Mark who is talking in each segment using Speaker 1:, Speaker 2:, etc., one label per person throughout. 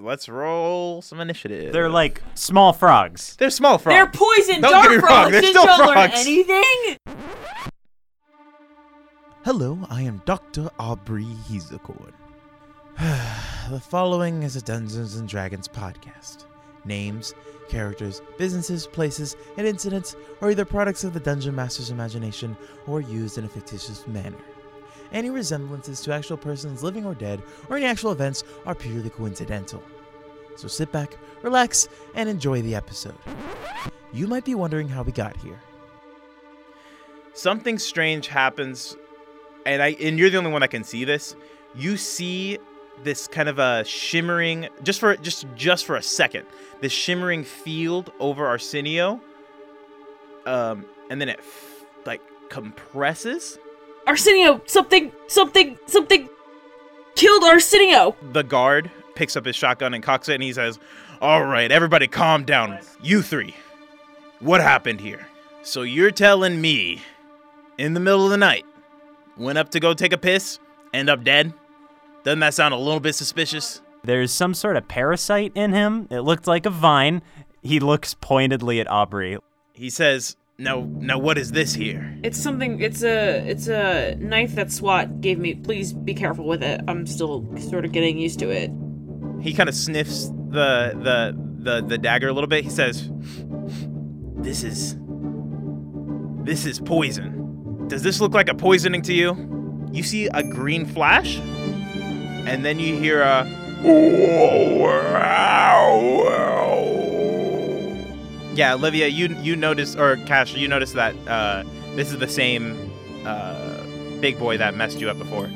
Speaker 1: let's roll some initiative.
Speaker 2: They're like small frogs.
Speaker 1: they're small frogs.
Speaker 3: They're poison
Speaker 1: Don't get me
Speaker 3: dart
Speaker 1: wrong,
Speaker 3: frogs.
Speaker 1: they're
Speaker 3: Did
Speaker 1: still
Speaker 3: y'all learn
Speaker 1: frogs.
Speaker 3: anything?
Speaker 4: Hello, I am Dr. Aubrey Hezicord. the following is a Dungeons and Dragons podcast. Names, characters, businesses, places, and incidents are either products of the dungeon master's imagination or used in a fictitious manner. Any resemblances to actual persons living or dead or any actual events are purely coincidental. So sit back, relax, and enjoy the episode. You might be wondering how we got here.
Speaker 1: something strange happens and i and you're the only one that can see this you see this kind of a shimmering just for just just for a second this shimmering field over arsenio um and then it f- like compresses
Speaker 3: Arsenio, something, something, something killed Arsenio.
Speaker 1: the guard picks up his shotgun and cocks it and he says all right everybody calm down you three what happened here so you're telling me in the middle of the night went up to go take a piss end up dead doesn't that sound a little bit suspicious
Speaker 2: There's some sort of parasite in him. It looked like a vine. He looks pointedly at Aubrey.
Speaker 1: he says now now what is this here
Speaker 3: It's something. It's a. It's a knife that SWAT gave me. Please be careful with it. I'm still sort of getting used to it.
Speaker 1: he kind of sniffs the the the the dagger a little bit he says this is this is poison does this look like a poisoning to you you see a green flash and then you hear a yeah olivia you you notice or cash you notice that uh, this is the same uh, big boy that messed you up before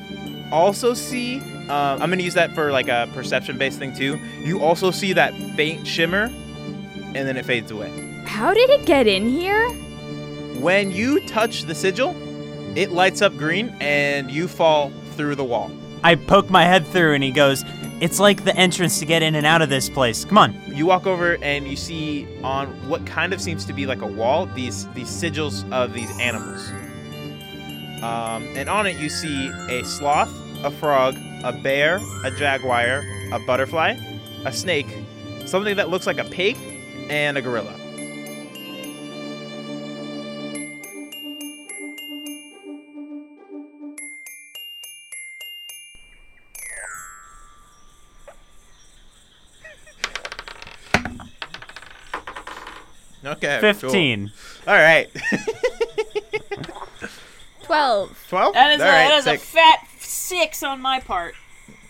Speaker 1: also see uh, i'm gonna use that for like a perception based thing too you also see that faint shimmer and then it fades away
Speaker 5: How did it get in here?
Speaker 1: when you touch the sigil it lights up green and you fall through the wall
Speaker 2: I poke my head through and he goes, It's like the entrance to get in and out of this place. Come on.
Speaker 1: you walk over and you see on what kind of seems to be like a wall these these sigils of these animals um, and on it you see a sloth a frog a bear a jaguar a butterfly a snake something that looks like a pig and a gorilla okay
Speaker 2: 15.
Speaker 1: all right
Speaker 5: 12.
Speaker 1: 12
Speaker 3: That is,
Speaker 1: all
Speaker 3: a,
Speaker 1: right
Speaker 3: that is a
Speaker 1: sick.
Speaker 3: fat six on my part.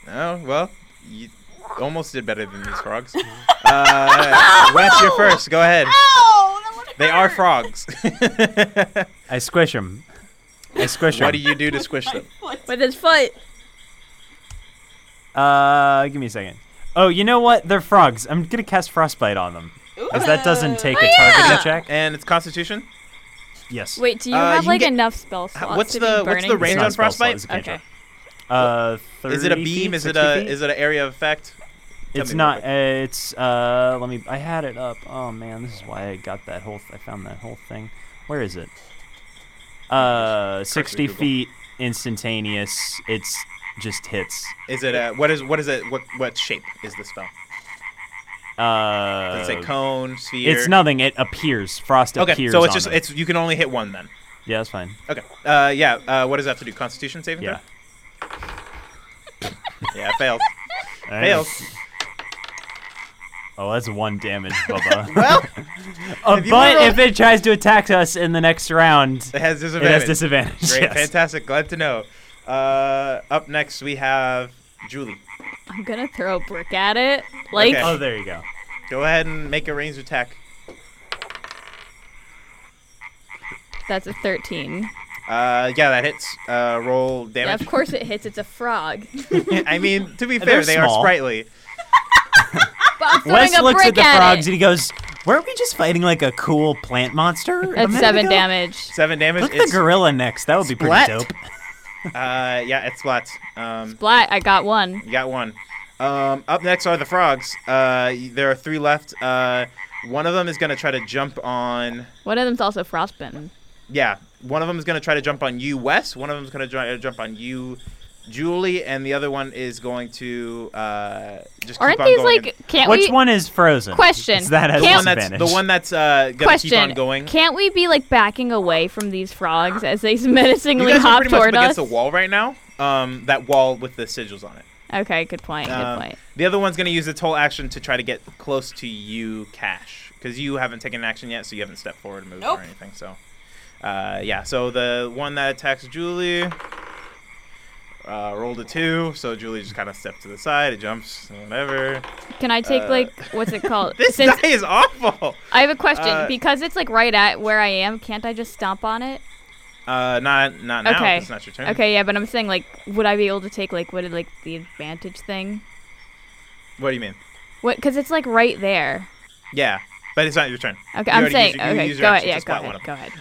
Speaker 1: Oh well, you almost did better than these frogs. uh, Wes, you're first. Go ahead.
Speaker 3: Oh,
Speaker 1: They are frogs. what
Speaker 2: I squish him. I squish him.
Speaker 1: do you do to squish them?
Speaker 5: With his foot.
Speaker 2: Uh, give me a second. Oh, you know what? They're frogs. I'm gonna cast frostbite on them. Because that doesn't take a targeting check.
Speaker 1: And it's Constitution.
Speaker 2: Yes.
Speaker 5: Wait, do you
Speaker 1: Uh,
Speaker 5: have
Speaker 1: you
Speaker 5: like
Speaker 1: get-
Speaker 5: enough spell slots
Speaker 1: what's
Speaker 5: to
Speaker 1: the-
Speaker 5: be
Speaker 1: what's the
Speaker 5: burning?
Speaker 1: range
Speaker 2: It's not
Speaker 1: on
Speaker 2: a spell slot,
Speaker 1: frostbite?
Speaker 2: it's a cantrip.
Speaker 5: Okay.
Speaker 2: Uh, 30
Speaker 1: Is it a beam?
Speaker 2: Feet,
Speaker 1: Is it
Speaker 2: 60
Speaker 1: a
Speaker 2: feet?
Speaker 1: is it an area of effect? Tell
Speaker 2: it's
Speaker 1: me
Speaker 2: not.
Speaker 1: real
Speaker 2: Uh, it's uh. Let me. I had it up. Oh man, this is why I got that whole. Th- I found that whole thing. Where is it? Uh, sixty
Speaker 1: Google.
Speaker 2: feet, instantaneous. It's just hits.
Speaker 1: Is it a what is what is it? What what shape is the spell?
Speaker 2: Uh,
Speaker 1: Does it say cone, sphere?
Speaker 2: it's nothing. It appears. Frost
Speaker 1: Okay,
Speaker 2: appears.
Speaker 1: so it's
Speaker 2: on
Speaker 1: just
Speaker 2: them.
Speaker 1: it's you can only hit one then.
Speaker 2: yeah, that's fine.
Speaker 1: Okay. Uh, yeah. Uh, what does that have to do? Constitution saving
Speaker 2: Yeah,
Speaker 1: throw. Yeah, it fails.
Speaker 2: Alright.
Speaker 1: fails.
Speaker 2: Oh, that's one damage, Bubba.
Speaker 1: Well,
Speaker 2: Uh,
Speaker 1: If you
Speaker 2: but
Speaker 1: wanna-
Speaker 2: if it tries to attack us in the next round,
Speaker 1: it has
Speaker 2: it
Speaker 1: disadvantage.
Speaker 2: has disadvantage.
Speaker 1: Great,
Speaker 2: yes.
Speaker 1: fantastic. Glad to know. Uh, up next we have Julie.
Speaker 5: I'm gonna throw a brick at it. Like,
Speaker 1: Okay.
Speaker 2: Oh, there you go.
Speaker 1: Go ahead and make a ranged attack.
Speaker 5: that's a 13.
Speaker 1: Uh, yeah, that hits. Uh, roll
Speaker 5: Yeah, of
Speaker 1: damage.
Speaker 5: course it hits. It's a frog.
Speaker 1: I mean, to be
Speaker 2: They're
Speaker 1: fair, they are
Speaker 2: small.
Speaker 1: sprightly.
Speaker 5: But I'm throwing
Speaker 2: Wes
Speaker 5: a
Speaker 2: looks at
Speaker 5: brick
Speaker 2: the
Speaker 5: at
Speaker 2: frogs
Speaker 5: it.
Speaker 2: and he goes, "Weren't we just fighting like a cool plant monster?" a
Speaker 5: That's
Speaker 2: minute
Speaker 5: seven
Speaker 2: ago?
Speaker 5: damage.
Speaker 1: Seven damage.
Speaker 2: Look at
Speaker 1: it's,
Speaker 2: the gorilla next. That would be pretty
Speaker 1: Splat.
Speaker 2: dope.
Speaker 1: uh, yeah, it splats. Um,
Speaker 5: Black, I got one.
Speaker 1: you got one. Um, up next are the frogs. Uh, y- there are three left. Uh, one of them is gonna try to jump on.
Speaker 5: One of them's also frostbitten.
Speaker 1: Yeah, one of them is gonna try to jump on you, Wes. One of them is gonna try to jump on you, Julie, and the other one is going to uh, just
Speaker 5: Aren't
Speaker 1: keep on
Speaker 5: these
Speaker 1: going.
Speaker 5: like? Can't
Speaker 2: Which
Speaker 5: we?
Speaker 2: one is frozen?
Speaker 5: Question.
Speaker 2: It's that has
Speaker 1: the one
Speaker 5: Can't-
Speaker 1: that's
Speaker 2: disadvantage.
Speaker 1: the one that's uh, gonna
Speaker 5: Question.
Speaker 1: keep on going.
Speaker 5: Can't we be like backing away from these frogs as they
Speaker 1: you
Speaker 5: menacingly
Speaker 1: guys are
Speaker 5: hop
Speaker 1: pretty much up
Speaker 5: toward
Speaker 1: against
Speaker 5: us?
Speaker 1: the wall right now. Um, that wall with the sigils on it.
Speaker 5: Okay, good point. Good
Speaker 1: Um,
Speaker 5: point.
Speaker 1: The other one's going to use its whole action to try to get close to you, Cash, because you haven't taken an action yet, so you haven't stepped forward and moved
Speaker 3: Nope.
Speaker 1: or anything. So, uh, yeah. So the one that attacks Julie uh, rolled a two, so Julie just kind of stepped to the side. It jumps, whatever.
Speaker 5: Can I take
Speaker 1: uh,
Speaker 5: like what's it called?
Speaker 1: This
Speaker 5: Since
Speaker 1: die is awful.
Speaker 5: I have a question,
Speaker 1: uh,
Speaker 5: because it's like right at where I am, can't I just stomp on it?
Speaker 1: Uh, not not now. 'cause
Speaker 5: Okay.
Speaker 1: It's not your turn.
Speaker 5: Okay, yeah, but I'm saying like, would I be able to take like what like the advantage thing?
Speaker 1: What do you mean?
Speaker 5: What? Because it's like right there.
Speaker 1: Yeah, but it's not your turn.
Speaker 5: Okay,
Speaker 1: You
Speaker 5: I'm
Speaker 1: already
Speaker 5: saying.
Speaker 1: used your- you
Speaker 5: okay,
Speaker 1: used your
Speaker 5: go ahead.
Speaker 1: action to
Speaker 5: Yeah, go
Speaker 1: spot one of
Speaker 5: ahead. Go ahead.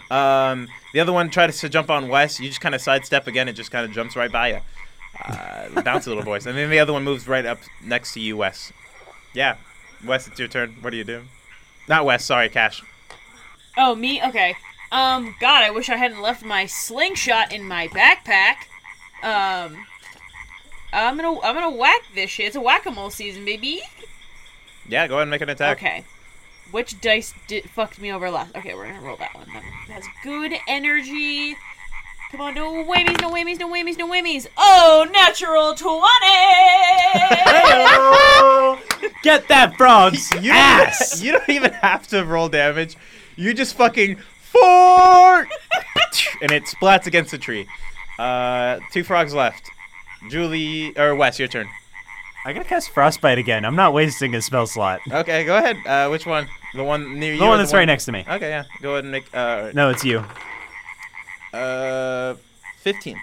Speaker 1: Um, the other one tries to jump on Wes. You just kind of sidestep again. It just kind of jumps right by you. Uh, the bouncy little voice. And then the other one moves right up next to you, Wes. Yeah. Wes, it's your turn. What do you do? Not Wes. Sorry, Cash.
Speaker 3: Oh, me? Okay. Um, God, I wish I hadn't left my slingshot in my backpack. Um, I'm gonna, I'm gonna whack this shit. It's a whack-a-mole season, baby.
Speaker 1: Yeah, go ahead and make an attack.
Speaker 3: Okay. Which dice did fucked me over last? Okay, we're gonna roll that one. That one has good energy. Come on, no whammies, no whammies, no whammies, no whammies. Oh, natural twenty.
Speaker 2: Get that frog's
Speaker 1: You,
Speaker 2: ass!
Speaker 1: you don't even have to roll damage. You just fucking four, and it splats against the tree. Uh, two frogs left. Julie or Wes, your turn.
Speaker 2: I gotta cast frostbite again. I'm not wasting a spell slot.
Speaker 1: Okay, go ahead. Uh, which one? The one near you.
Speaker 2: The
Speaker 1: or
Speaker 2: one that's right next to me.
Speaker 1: Okay, yeah. Go ahead and make uh,
Speaker 2: No, it's you.
Speaker 1: uh, fifteen.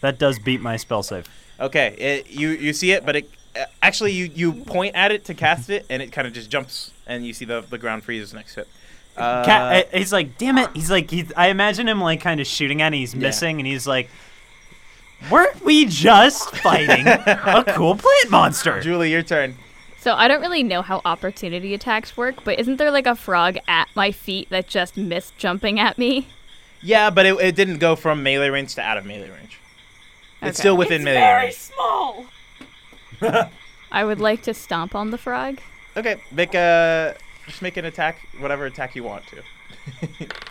Speaker 2: That does beat my spell save.
Speaker 1: Okay, it, you you see it, but it uh, actually you you point at it to cast it, and it kind of just jumps, and you see the the ground freezes next to it. Uh,
Speaker 2: Cat, I- eh, he's like, damn it. He's like, he's, I imagine him like kind of shooting at it. He's
Speaker 1: Yeah.
Speaker 2: missing, and he's like, weren't we just fighting a cool plant monster?
Speaker 1: Julie, your turn.
Speaker 5: So I don't really know how opportunity attacks work, but isn't there like a frog at my feet that just missed jumping at me?
Speaker 1: Yeah, but it, it didn't go from melee range to out of melee range.
Speaker 5: Okay.
Speaker 1: It's still within
Speaker 3: it's
Speaker 1: melee
Speaker 3: very
Speaker 1: range.
Speaker 3: small.
Speaker 5: I would like to stomp on the frog.
Speaker 1: Okay, make a just make an attack, whatever attack you want to,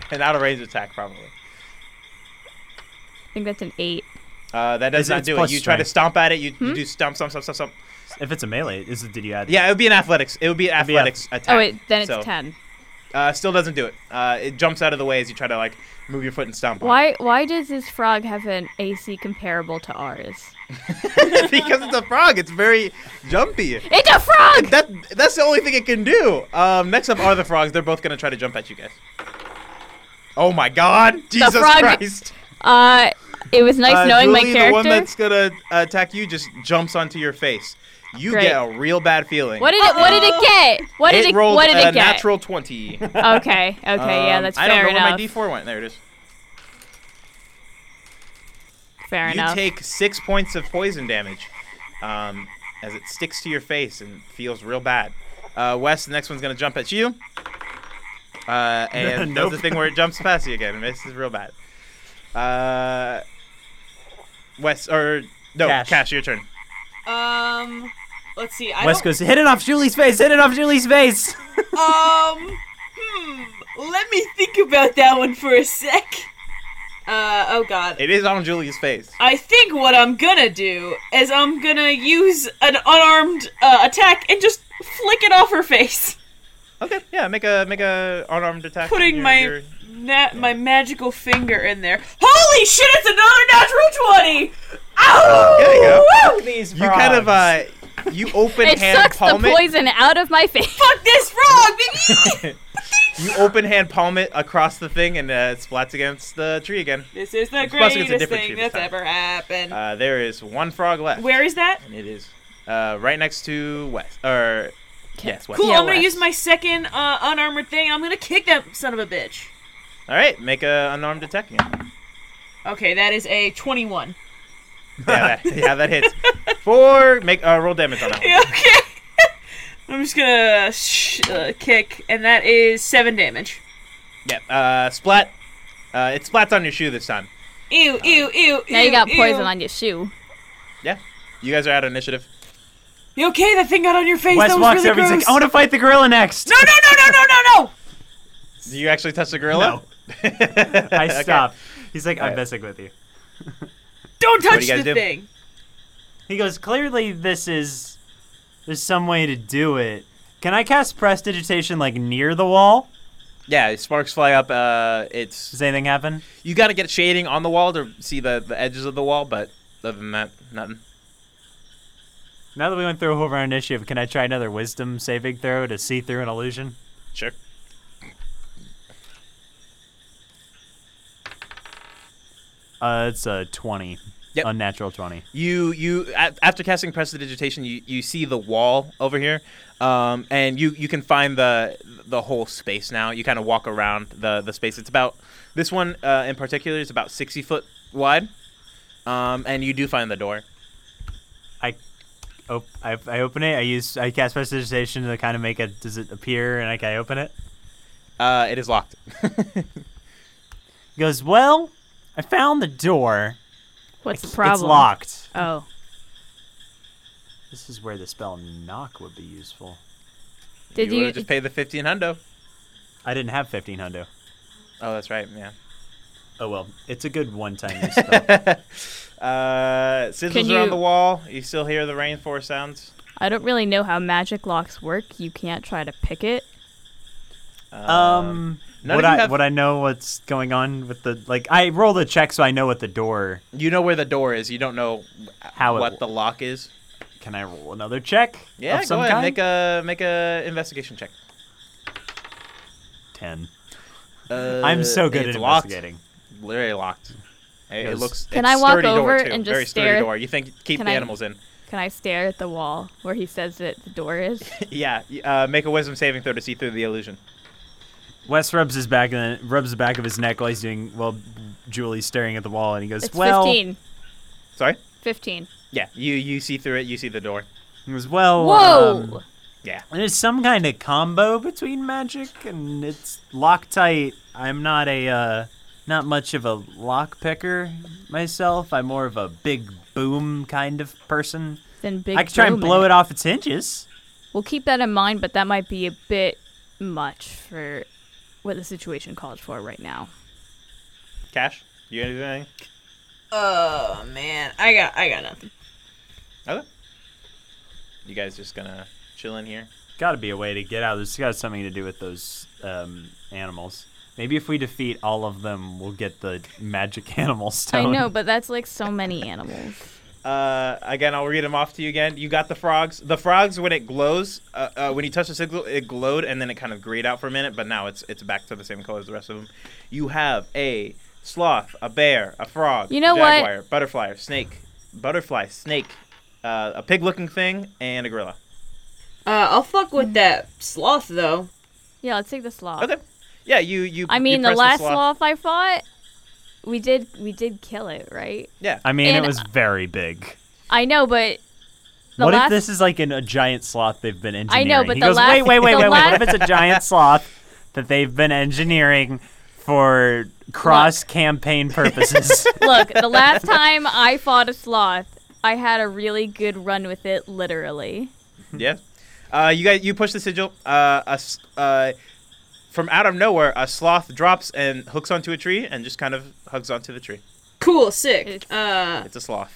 Speaker 1: an out of range attack probably.
Speaker 5: I think that's an eight.
Speaker 1: Uh, that does
Speaker 2: It's-
Speaker 1: not
Speaker 2: it's
Speaker 1: do it.
Speaker 2: plus
Speaker 1: You try to
Speaker 2: strength.
Speaker 1: stomp at it. You,
Speaker 3: Hmm?
Speaker 1: you do stomp, stomp, stomp, stomp, stomp.
Speaker 2: If it's a melee, is it, did you add?
Speaker 1: Yeah, it would be an athletics. It would be an
Speaker 2: It'd be a-
Speaker 1: athletics attack.
Speaker 5: Oh, wait, then it's
Speaker 1: So,
Speaker 5: ten.
Speaker 1: Uh, still doesn't do it. Uh, it jumps out of the way as you try to like move your foot and stomp. on it.
Speaker 5: Why? Why does this frog have an AC comparable to ours?
Speaker 1: because it's a frog. It's very jumpy.
Speaker 5: It's a frog.
Speaker 1: That that's the only thing it can do. Um, next up are the frogs. They're both gonna try to jump at you guys. Oh my God, Jesus
Speaker 5: frog-
Speaker 1: Christ!
Speaker 5: Uh, it was nice
Speaker 1: Uh,
Speaker 5: knowing
Speaker 1: Julie,
Speaker 5: my
Speaker 1: the one
Speaker 5: character.
Speaker 1: that's gonna attack you just jumps onto your face. You
Speaker 5: Great.
Speaker 1: get a real bad feeling.
Speaker 5: What did it? What did
Speaker 3: Oh.
Speaker 5: it get? What did
Speaker 1: it
Speaker 5: it?
Speaker 1: rolled
Speaker 5: what did
Speaker 1: a
Speaker 5: it get?
Speaker 1: natural twenty. okay,
Speaker 5: Okay. Okay. yeah, that's
Speaker 1: I
Speaker 5: fair
Speaker 1: don't know
Speaker 5: enough.
Speaker 1: where my D4 went. There it is.
Speaker 5: fair
Speaker 1: you
Speaker 5: enough.
Speaker 1: take six points of poison damage um, as it sticks to your face and feels real bad. Uh, Wes, the next one's gonna jump at you, uh, and does
Speaker 2: Nope.
Speaker 1: the thing where it jumps past you again. This is real bad. Uh, Wes or no,
Speaker 2: Cash.
Speaker 1: Cash, your turn.
Speaker 3: Um, let's see. I
Speaker 2: Wes
Speaker 3: don't.
Speaker 2: goes, hit it off Julie's face, hit it off Julie's face.
Speaker 3: Um, hmm. Let me think about that one for a sec. Uh, oh God.
Speaker 1: It is on Julie's face.
Speaker 3: I think what I'm gonna do is I'm gonna use an unarmed uh, attack and just flick it off her face,
Speaker 1: Okay, yeah, make a make a unarmed attack.
Speaker 3: putting
Speaker 1: Your-
Speaker 3: my
Speaker 1: your-
Speaker 3: na- my magical finger in there. Holy shit! It's another natural twenty. Ow!
Speaker 1: There you go.
Speaker 3: Woo!
Speaker 2: These
Speaker 1: You kind of uh, you open
Speaker 5: It
Speaker 1: hand
Speaker 5: sucks the
Speaker 1: palm it.
Speaker 5: poison out of my face.
Speaker 3: Fuck this frog, baby!
Speaker 1: You open hand palm it across the thing and uh, it splats against the tree again.
Speaker 3: this is the
Speaker 1: Plus it's a
Speaker 3: greatest
Speaker 1: different
Speaker 3: thing
Speaker 1: tree this
Speaker 3: that's
Speaker 1: time.
Speaker 3: ever happened.
Speaker 1: Uh, there is one frog left.
Speaker 3: Where is that?
Speaker 1: And it is uh, right next to West. Or yes, West.
Speaker 3: Cool.
Speaker 5: Yeah,
Speaker 3: I'm gonna
Speaker 5: Wes.
Speaker 3: use my second uh, unarmored thing. I'm gonna kick that son of a bitch.
Speaker 1: All right, make a unarmed attack. again.
Speaker 3: Okay, that is a twenty-one.
Speaker 1: Yeah, that, yeah, that hits. Four. Make uh, roll damage on that. One.
Speaker 3: Yeah, okay. I'm just gonna sh- uh, kick, and that is seven damage.
Speaker 1: Yeah. Uh, splat. Uh, it splats on your shoe this time.
Speaker 3: Ew, ew, ew.
Speaker 5: Oh. Now
Speaker 3: ew,
Speaker 5: you got
Speaker 3: ew.
Speaker 5: poison on your shoe.
Speaker 1: Yeah. You guys are out of initiative.
Speaker 3: You okay? That thing got on your
Speaker 2: uh,
Speaker 3: face.
Speaker 2: Wes
Speaker 3: that was
Speaker 2: walks
Speaker 3: really
Speaker 2: up. He's
Speaker 3: gross.
Speaker 2: like, I want to fight the gorilla next.
Speaker 3: no, no, no, no, no, no, no!
Speaker 1: Do you actually touch the gorilla?
Speaker 2: I
Speaker 1: Okay.
Speaker 2: stop. He's like, I'm
Speaker 1: Alright.
Speaker 2: messing with you.
Speaker 3: Don't
Speaker 1: do
Speaker 3: touch
Speaker 1: you guys do?
Speaker 3: the thing.
Speaker 2: He goes, clearly this is. There's some way to do it. Can I cast prestidigitation like near the wall?
Speaker 1: Yeah, sparks fly up. Uh, it's
Speaker 2: Does anything happen?
Speaker 1: you got to get shading on the wall to see the, the edges of the wall, but other than that, nothing.
Speaker 2: Now that we went through over our initiative, can I try another wisdom saving throw to see through an illusion?
Speaker 1: Sure.
Speaker 2: Uh, it's a 20.
Speaker 1: Yep.
Speaker 2: Unnatural 20.
Speaker 1: You you a- after casting prestidigitation, you, you see the wall over here, um, and you, you can find the the whole space now. You kind of walk around the the space. It's about this one uh, in particular is about sixty foot wide, um, and you do find the door.
Speaker 2: I, op- I, I open it. I use I cast prestidigitation to kind of make it. Does it appear? And I can I open it.
Speaker 1: Uh, it is locked.
Speaker 2: He goes, well, I found the door.
Speaker 5: What's the
Speaker 2: It's
Speaker 5: problem?
Speaker 2: locked.
Speaker 5: Oh,
Speaker 2: This is where the spell knock would be useful.
Speaker 5: did
Speaker 1: would've
Speaker 5: you?
Speaker 1: just pay the fifteen hundo?
Speaker 2: I didn't have fifteen hundo.
Speaker 1: Oh, that's right. Yeah.
Speaker 2: Oh well, it's a good one-time use spell.
Speaker 1: Uh, sigils
Speaker 5: Can
Speaker 1: are on
Speaker 5: you-
Speaker 1: the wall. You still hear the rainforest sounds.
Speaker 5: I don't really know how magic locks work. You can't try to pick it.
Speaker 2: um,
Speaker 1: none
Speaker 2: would
Speaker 1: of you
Speaker 2: I
Speaker 1: have-
Speaker 2: would I know what's going on with the like? I roll the check so I know what the door.
Speaker 1: you know where the door is. You don't know
Speaker 2: How it
Speaker 1: what
Speaker 2: wo-
Speaker 1: the lock is.
Speaker 2: Can I roll another check?
Speaker 1: Yeah,
Speaker 2: of
Speaker 1: go
Speaker 2: some
Speaker 1: ahead.
Speaker 2: kind?
Speaker 1: Make a make a investigation check.
Speaker 2: ten.
Speaker 1: Uh,
Speaker 2: I'm so good
Speaker 1: it's
Speaker 2: at
Speaker 1: locked.
Speaker 2: investigating.
Speaker 1: Literally locked. It, it
Speaker 2: Yes.
Speaker 1: looks.
Speaker 5: Can
Speaker 1: it's
Speaker 5: I walk
Speaker 1: sturdy door,
Speaker 5: over
Speaker 1: too.
Speaker 5: and just
Speaker 1: Very sturdy
Speaker 5: stare?
Speaker 1: door. You think keep
Speaker 5: Can
Speaker 1: the
Speaker 5: I-
Speaker 1: animals in?
Speaker 5: Can I stare at the wall where he says that the door is?
Speaker 1: yeah. y- Uh, make a wisdom saving throw to see through the illusion.
Speaker 2: Wes rubs his back and rubs the back of his neck while he's doing while Julie's staring at the wall, and he goes,
Speaker 5: It's
Speaker 2: "Well,
Speaker 5: 15.
Speaker 1: Sorry.
Speaker 5: 15.
Speaker 1: Yeah. You you see through it. You see the door.
Speaker 2: he goes, well,
Speaker 5: Whoa!
Speaker 2: um,
Speaker 1: Yeah.
Speaker 2: There's some kind of combo between magic and it's Loctite. I'm not a uh, not much of a lock picker myself. I'm more of a big boom kind of person.
Speaker 5: then big.
Speaker 2: I could try and
Speaker 5: boom
Speaker 2: blow it off its hinges.
Speaker 5: We'll keep that in mind, but that might be a bit much for what the situation calls for right now.
Speaker 1: Cash. You gonna do anything?
Speaker 3: Oh man, I got, I got nothing.
Speaker 1: Okay. You guys just gonna chill in here?
Speaker 2: Got to be a way to get out. There's got something to do with those um, animals. Maybe if we defeat all of them, we'll get the magic animal stone.
Speaker 1: Oh.
Speaker 5: I know, but that's like so many animals.
Speaker 1: Uh, again, I'll read them off to you again. You got the frogs. The frogs, when it glows, uh, uh, when you touch the signal, it glowed and then it kind of grayed out for a minute, but now it's it's back to the same color as the rest of them. You have a sloth, a bear, a frog,
Speaker 5: You know what?
Speaker 1: jaguar, butterfly, snake, butterfly, snake, uh, a pig-looking thing, and a gorilla.
Speaker 3: Uh, I'll fuck
Speaker 5: Mm.
Speaker 3: with that sloth though.
Speaker 5: Yeah, let's take the sloth.
Speaker 1: Okay. Yeah, you you.
Speaker 5: I
Speaker 1: you
Speaker 5: mean, the
Speaker 1: press
Speaker 5: last
Speaker 1: sloth.
Speaker 5: sloth I fought, we did we did kill it, right?
Speaker 1: Yeah.
Speaker 2: I mean,
Speaker 5: And-
Speaker 2: it was very big.
Speaker 5: I know, but the
Speaker 2: what if
Speaker 5: last
Speaker 2: this is like an, a giant sloth they've been
Speaker 5: I
Speaker 2: engineering?
Speaker 5: know, but
Speaker 2: he
Speaker 5: the
Speaker 2: goes,
Speaker 5: last-
Speaker 2: wait, wait, wait,
Speaker 5: the
Speaker 2: wait, wait. What if
Speaker 5: last-
Speaker 2: it's a giant sloth that they've been engineering for cross campaign purposes?
Speaker 5: look, the last time I fought a sloth, I had a really good run with it, literally.
Speaker 1: Yeah. Uh, you guys, you push the sigil. Uh, a s uh, from out of nowhere, a sloth drops and hooks onto a tree and just kind of hugs onto the tree.
Speaker 3: Cool, sick.
Speaker 5: It's-
Speaker 3: Uh,
Speaker 1: It's a sloth.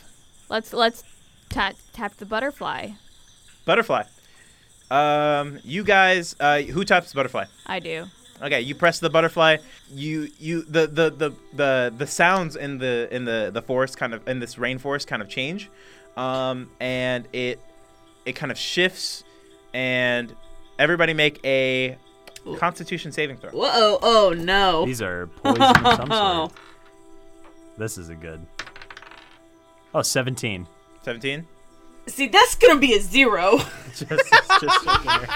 Speaker 5: Let's let's tap tap the butterfly.
Speaker 1: Butterfly. Um, you guys, uh, who taps the butterfly?
Speaker 5: I do.
Speaker 1: Okay, you press the butterfly. You you the the the the, the sounds in the in the the forest kind of in this rainforest kind of change, um, and it it kind of shifts, and everybody make a Constitution saving throw.
Speaker 3: whoa, oh no.
Speaker 2: These are poison of some sort. This is a good. Oh, 17.
Speaker 1: Seventeen.
Speaker 3: See, that's gonna be a zero
Speaker 2: Just, it's just regular.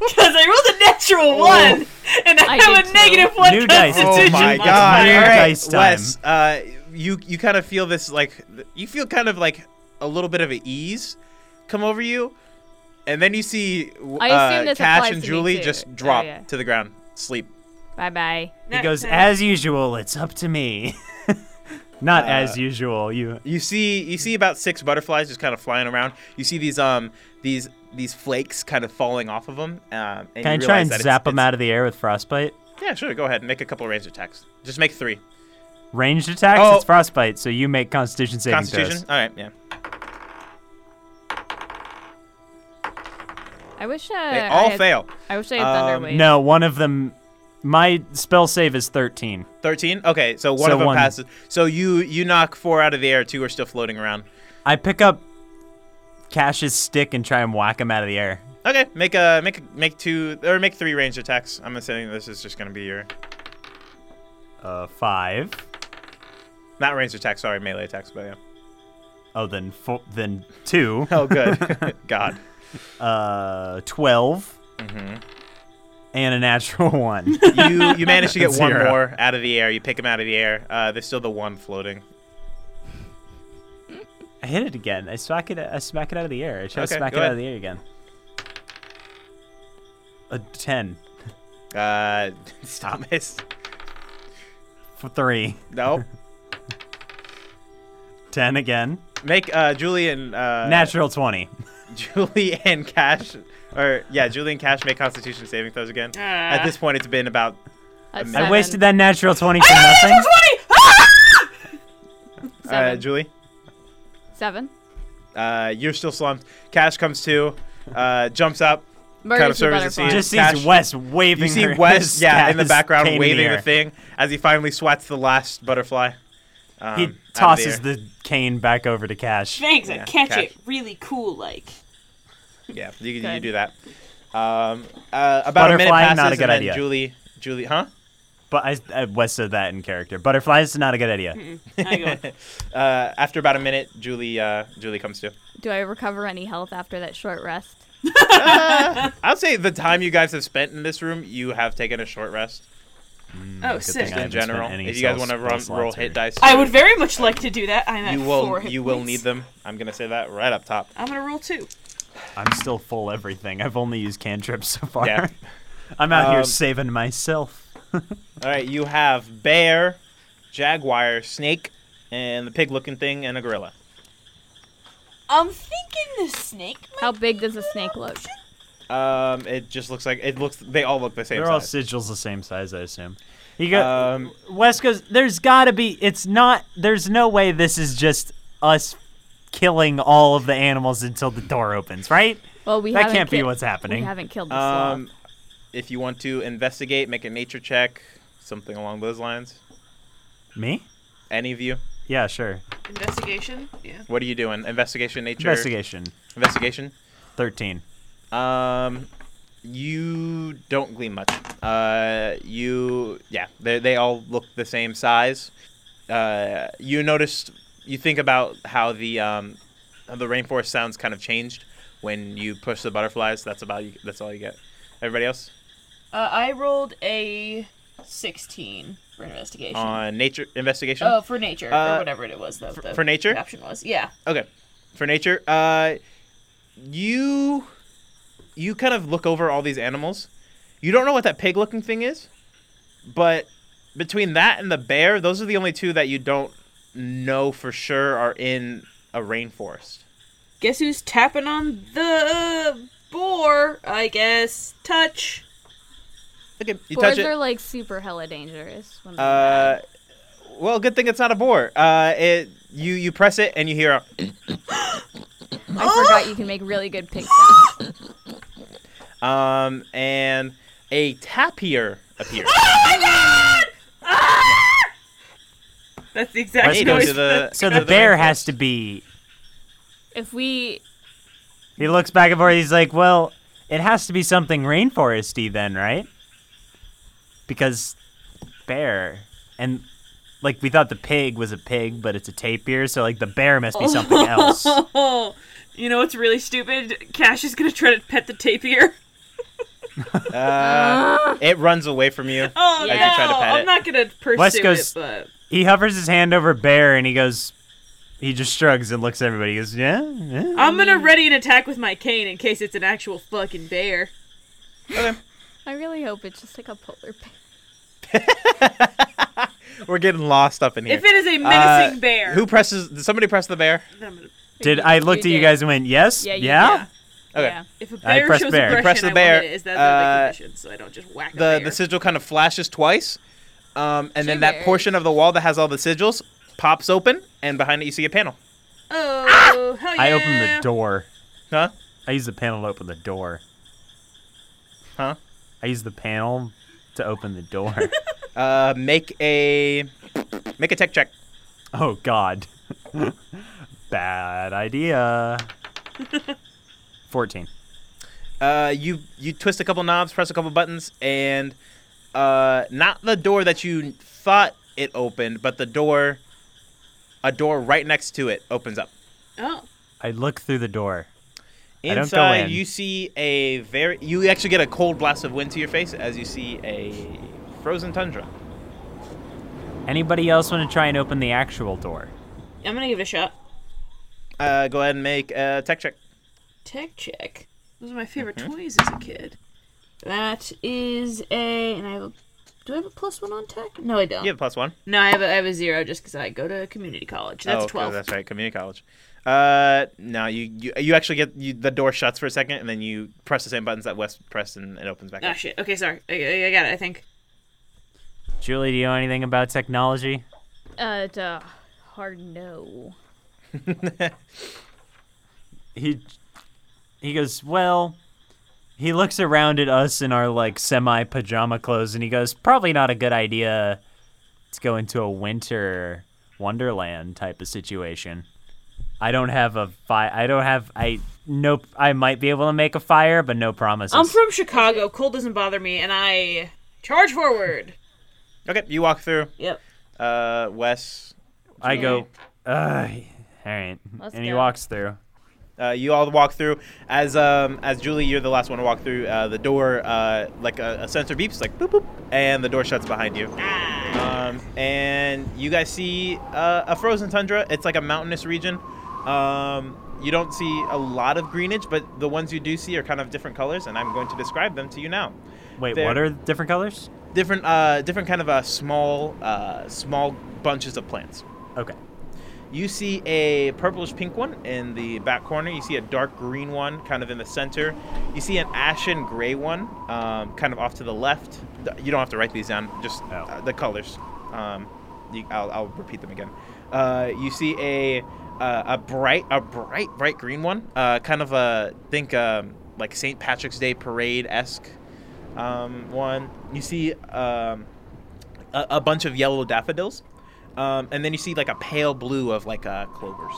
Speaker 3: because I rolled a natural one and I,
Speaker 5: I
Speaker 3: have
Speaker 5: did
Speaker 3: a
Speaker 5: too.
Speaker 3: negative one
Speaker 2: New dice.
Speaker 3: constitution.
Speaker 2: Oh
Speaker 1: Oh my
Speaker 2: That's
Speaker 1: god!
Speaker 2: weird
Speaker 1: All right,
Speaker 2: dice time.
Speaker 1: Wes, uh, you you kind of feel this like you feel kind of like a little bit of an ease come over you, and then you see
Speaker 5: I assume
Speaker 1: uh,
Speaker 5: this
Speaker 1: Cash
Speaker 5: applies
Speaker 1: and
Speaker 5: to me
Speaker 1: Julie
Speaker 5: too.
Speaker 1: just
Speaker 5: Oh,
Speaker 1: drop
Speaker 5: yeah.
Speaker 1: to the ground, sleep.
Speaker 5: Bye bye.
Speaker 2: He goes, as usual, it's up to me. Not
Speaker 1: Uh,
Speaker 2: as usual. You
Speaker 1: You see, you see about six butterflies just kind of flying around. You see these um these these flakes kind of falling off of them. Um, and
Speaker 2: can I
Speaker 1: you
Speaker 2: try
Speaker 1: realize
Speaker 2: and
Speaker 1: that it's-
Speaker 2: zap them
Speaker 1: it's-
Speaker 2: out of the air with frostbite?
Speaker 1: Yeah, sure. Go ahead. and Make a couple of range attacks. Just make three.
Speaker 2: Ranged attacks.
Speaker 1: Oh.
Speaker 2: It's frostbite, so you make Constitution saving
Speaker 1: Constitution.
Speaker 2: throws.
Speaker 1: All right. Yeah.
Speaker 5: I wish uh,
Speaker 1: They
Speaker 5: I
Speaker 1: all
Speaker 5: had,
Speaker 1: fail.
Speaker 5: I wish I had Thunder
Speaker 1: Um,
Speaker 5: Wave.
Speaker 2: No, one of them. My spell save is 13.
Speaker 1: Thirteen. Okay, so one
Speaker 2: So
Speaker 1: of them
Speaker 2: one.
Speaker 1: passes. So you you knock four out of the air. Two are still floating around.
Speaker 2: I pick up Cash's stick and try and whack him out of the air.
Speaker 1: Okay, make a make a, make two or make three range attacks. I'm assuming this is just gonna be your
Speaker 2: Uh, five.
Speaker 1: not range attacks. Sorry, melee attacks. But yeah.
Speaker 2: Oh, then four, then two.
Speaker 1: Oh, good. God.
Speaker 2: Uh, twelve.
Speaker 1: Mm-hmm.
Speaker 2: And a natural one.
Speaker 1: You you managed to get one
Speaker 2: Zero.
Speaker 1: more out of the air. You pick him out of the air. Uh, there's still the one floating.
Speaker 2: I hit it again. I smack it. I smack it out of the air. I try
Speaker 1: Okay,
Speaker 2: to smack it
Speaker 1: go
Speaker 2: out of the air again. A ten
Speaker 1: Uh, Thomas.
Speaker 2: for three.
Speaker 1: No.
Speaker 2: Ten again.
Speaker 1: Make uh Julie and uh
Speaker 2: natural twenty.
Speaker 1: Julie and Cash or yeah Julie and Cash make Constitution saving throws again. At this point, it's been about
Speaker 5: A
Speaker 2: I
Speaker 5: seven.
Speaker 2: wasted that natural twenty for nothing.
Speaker 3: Ah!
Speaker 1: uh,
Speaker 5: Seven.
Speaker 1: Julie.
Speaker 5: Seven.
Speaker 1: Uh, you're still slumped. Cash comes to, uh, jumps up.
Speaker 5: Murders
Speaker 1: Kind of
Speaker 5: the
Speaker 1: serves the
Speaker 5: butterfly.
Speaker 1: scene.
Speaker 2: Just
Speaker 1: Cash-
Speaker 2: sees Wes waving.
Speaker 1: You see
Speaker 2: her-
Speaker 1: Wes,
Speaker 2: his
Speaker 1: yeah, in the
Speaker 2: Cash
Speaker 1: background
Speaker 2: cane in
Speaker 1: waving the,
Speaker 2: air.
Speaker 1: thing as he finally swats the last butterfly. Um, out
Speaker 2: He
Speaker 1: of the
Speaker 2: tosses
Speaker 1: air.
Speaker 2: the, cane back over to Cash.
Speaker 3: Thanks,
Speaker 1: Yeah,
Speaker 3: I catch
Speaker 1: catch.
Speaker 3: it really cool like.
Speaker 1: Yeah, you, you
Speaker 5: Good.
Speaker 1: do that. Um, uh, about a minute
Speaker 2: Butterfly,
Speaker 1: passes,
Speaker 2: not a good
Speaker 1: and then
Speaker 2: idea.
Speaker 1: Julie, Julie, huh?
Speaker 2: But I, I Wes said that in character. Butterflies is not a good idea.
Speaker 3: I go,
Speaker 1: Uh, after about a minute, Julie, uh, Julie comes to.
Speaker 5: Do I recover any health after that short rest?
Speaker 1: I'll say the time you guys have spent in this room, you have taken a short rest
Speaker 3: oh,
Speaker 2: thing
Speaker 3: sick.
Speaker 2: I
Speaker 1: in
Speaker 2: haven't spent
Speaker 1: general.
Speaker 2: any
Speaker 1: If you guys
Speaker 2: spell-
Speaker 1: want to
Speaker 2: spell
Speaker 1: run,
Speaker 2: slots
Speaker 1: roll
Speaker 2: or-
Speaker 1: hit dice,
Speaker 3: I would very much like to do that. I'm at
Speaker 1: you
Speaker 3: four
Speaker 1: will,
Speaker 3: hit
Speaker 1: you will
Speaker 3: points.
Speaker 1: need them. I'm gonna say that right up top.
Speaker 3: I'm gonna roll two.
Speaker 2: I'm still full everything. I've only used cantrips so far.
Speaker 1: Yeah.
Speaker 2: I'm out
Speaker 1: Um,
Speaker 2: here saving myself.
Speaker 1: All right, you have bear, jaguar, snake, and the pig-looking thing, and a gorilla.
Speaker 3: I'm thinking the snake.
Speaker 5: How big does a snake look?
Speaker 1: Um, it just looks like it looks. They all look the same.
Speaker 2: They're all
Speaker 1: size.
Speaker 2: sigils the same size, I assume. You got
Speaker 1: Um,
Speaker 2: Wes goes. There's gotta be. It's not. There's no way this is just us killing all of the animals until the door opens, right?
Speaker 5: Well, we
Speaker 2: That
Speaker 5: haven't
Speaker 2: can't be
Speaker 5: ki-
Speaker 2: what's happening.
Speaker 5: We haven't killed the
Speaker 1: um,
Speaker 5: sloth.
Speaker 1: if you want to investigate, make a nature check, something along those lines.
Speaker 2: Me?
Speaker 1: Any of you?
Speaker 2: Yeah, sure.
Speaker 3: Investigation. Yeah.
Speaker 1: What are you doing? Investigation, nature.
Speaker 2: Investigation.
Speaker 1: Investigation.
Speaker 2: Thirteen.
Speaker 1: Um, you don't glean much. Uh, you yeah, they they all look the same size. Uh, you noticed. You think about how the um, how the rainforest sounds kind of changed when you push the butterflies. That's about you. That's all you get. Everybody else
Speaker 3: Uh, I rolled a 16 for investigation.
Speaker 1: on nature investigation.
Speaker 3: oh, for nature
Speaker 1: Uh,
Speaker 3: or whatever it was. The, the
Speaker 1: for nature?
Speaker 3: option was yeah.
Speaker 1: Okay. For nature, uh, you you kind of look over all these animals. You don't know what that pig-looking thing is, but between that and the bear, those are the only two that you don't know for sure are in a rainforest.
Speaker 3: Guess who's tapping on the uh, boar? I guess touch.
Speaker 1: Okay, you
Speaker 5: Boars
Speaker 1: touch it.
Speaker 5: are like super hella dangerous. When they're
Speaker 1: uh,
Speaker 5: bad.
Speaker 1: well, good thing it's not a boar. Uh, it you you press it and you hear a
Speaker 5: I forgot you can make really good pig sounds.
Speaker 1: Um, and a tapir appears. Uh,
Speaker 3: Ah! That's the exact
Speaker 2: Let's
Speaker 1: They
Speaker 2: go
Speaker 1: go
Speaker 3: noise.
Speaker 1: to the-
Speaker 2: So
Speaker 1: go
Speaker 2: the
Speaker 1: to
Speaker 2: bear
Speaker 1: rainforest.
Speaker 2: has to be
Speaker 5: If we
Speaker 2: He looks back and forth. He's like, "Well, it has to be something rainforesty then, right? Because bear and like we thought the pig was a pig, but it's a tapir, so like the bear must be something else.
Speaker 3: Oh, you know what's really stupid? Cash is gonna try to pet the tapir.
Speaker 5: Uh-huh.
Speaker 1: Uh, it runs away from you.
Speaker 3: Oh
Speaker 5: Yeah.
Speaker 3: no!
Speaker 5: As you
Speaker 1: try to pet
Speaker 3: I'm
Speaker 1: it.
Speaker 3: not gonna pursue
Speaker 2: Wes goes-
Speaker 3: it, but
Speaker 2: He hovers his hand over bear and he goes. He just shrugs and looks at everybody. He goes, "Yeah, yeah."
Speaker 3: I'm gonna ready an attack with my cane in case it's an actual fucking bear.
Speaker 1: Okay.
Speaker 5: I really hope it's just like a polar bear.
Speaker 1: We're getting lost up in here.
Speaker 3: If it is a menacing
Speaker 1: Uh,
Speaker 3: bear,
Speaker 1: Who presses? Did somebody press the bear?
Speaker 3: then I'm gonna-
Speaker 2: Did I looked at you guys and went, yes?
Speaker 5: Yeah,
Speaker 2: Yeah?
Speaker 5: you- yeah.
Speaker 1: Okay.
Speaker 5: Yeah.
Speaker 3: if a
Speaker 2: I
Speaker 3: bear
Speaker 2: press
Speaker 3: shows
Speaker 2: bear.
Speaker 3: aggression,
Speaker 1: Press the
Speaker 3: I want
Speaker 1: bear.
Speaker 3: it. Is that the
Speaker 1: Uh,
Speaker 3: condition? So I don't just whack a
Speaker 1: The
Speaker 3: bear.
Speaker 1: the sigil kind of flashes twice, um, and then that
Speaker 5: Two
Speaker 1: portion of the wall that has all the sigils pops open, and behind it you see a panel.
Speaker 3: oh, hell yeah!
Speaker 2: Ah! I opened the door.
Speaker 1: Huh?
Speaker 2: I used the panel to open the door.
Speaker 1: Huh?
Speaker 2: I used the panel to open the door.
Speaker 1: Uh, make a make a tech check.
Speaker 2: oh, God. Bad idea. 14.
Speaker 1: Uh, you you twist a couple knobs, press a couple buttons, and uh, not the door that you thought it opened, but the door, a door right next to it opens up.
Speaker 3: Oh,
Speaker 2: I look through the door. I don't go
Speaker 1: Inside,
Speaker 2: in.
Speaker 1: you see a very. You actually get a cold blast of wind to your face as you see a frozen tundra.
Speaker 2: Anybody else want to try and open the actual door?
Speaker 3: I'm gonna give it a shot.
Speaker 1: Uh, go ahead and make a tech check.
Speaker 3: Tech check. Those are my favorite
Speaker 1: Mm-hmm.
Speaker 3: toys as a kid. That is a, and I have a. Do I have a plus one on tech? No, I don't.
Speaker 1: You have a plus one.
Speaker 3: No, I have a, I have a zero just because I go to community college. That's
Speaker 1: oh, okay,
Speaker 3: twelve.
Speaker 1: That's right, community college. Uh, no, you, you you actually get you, the door shuts for a second, and then you press the same buttons that Wes pressed, and it opens back
Speaker 3: Ah,
Speaker 1: up.
Speaker 3: shit. Okay, sorry. I, I- I got it. I think.
Speaker 2: Julie, do you know anything about technology?
Speaker 5: Uh, duh. Hard no.
Speaker 2: he he goes well he looks around at us in our like semi pajama clothes and he goes probably not a good idea to go into a winter wonderland type of situation i don't have a fire i don't have i nope i might be able to make a fire but no promises
Speaker 3: I'm from Chicago. Cold doesn't bother me, and I charge forward.
Speaker 1: Okay, you walk through.
Speaker 3: Yep.
Speaker 1: Uh, Wes,
Speaker 2: i go Ugh. all right
Speaker 5: Let's
Speaker 2: and he
Speaker 5: go.
Speaker 2: walks through
Speaker 1: Uh, you all walk through as um, as Julie, you're the last one to walk through. Uh, the door, uh, like a, a sensor beeps, like boop boop, and the door shuts behind you. Um, and you guys see uh, a frozen tundra. It's like a mountainous region. Um, you don't see a lot of greenage, but the ones you do see are kind of different colors, and I'm going to describe them to you now.
Speaker 2: wait
Speaker 1: There-
Speaker 2: what are the different colors
Speaker 1: Different, uh, different kind of uh, small, uh, small bunches of plants.
Speaker 2: okay
Speaker 1: You see a purplish pink one in the back corner. You see a dark green one kind of in the center. You see an ashen gray one um, kind of off to the left. Th- You don't have to write these down, just
Speaker 2: Oh.
Speaker 1: uh, the colors. Um, you, I'll, I'll repeat them again. Uh, you see a uh, a bright a bright bright green one, uh, kind of a think um, like St. Patrick's Day parade esque um, one. You see um, a, a bunch of yellow daffodils, um, and then you see like a pale blue of like uh, clovers.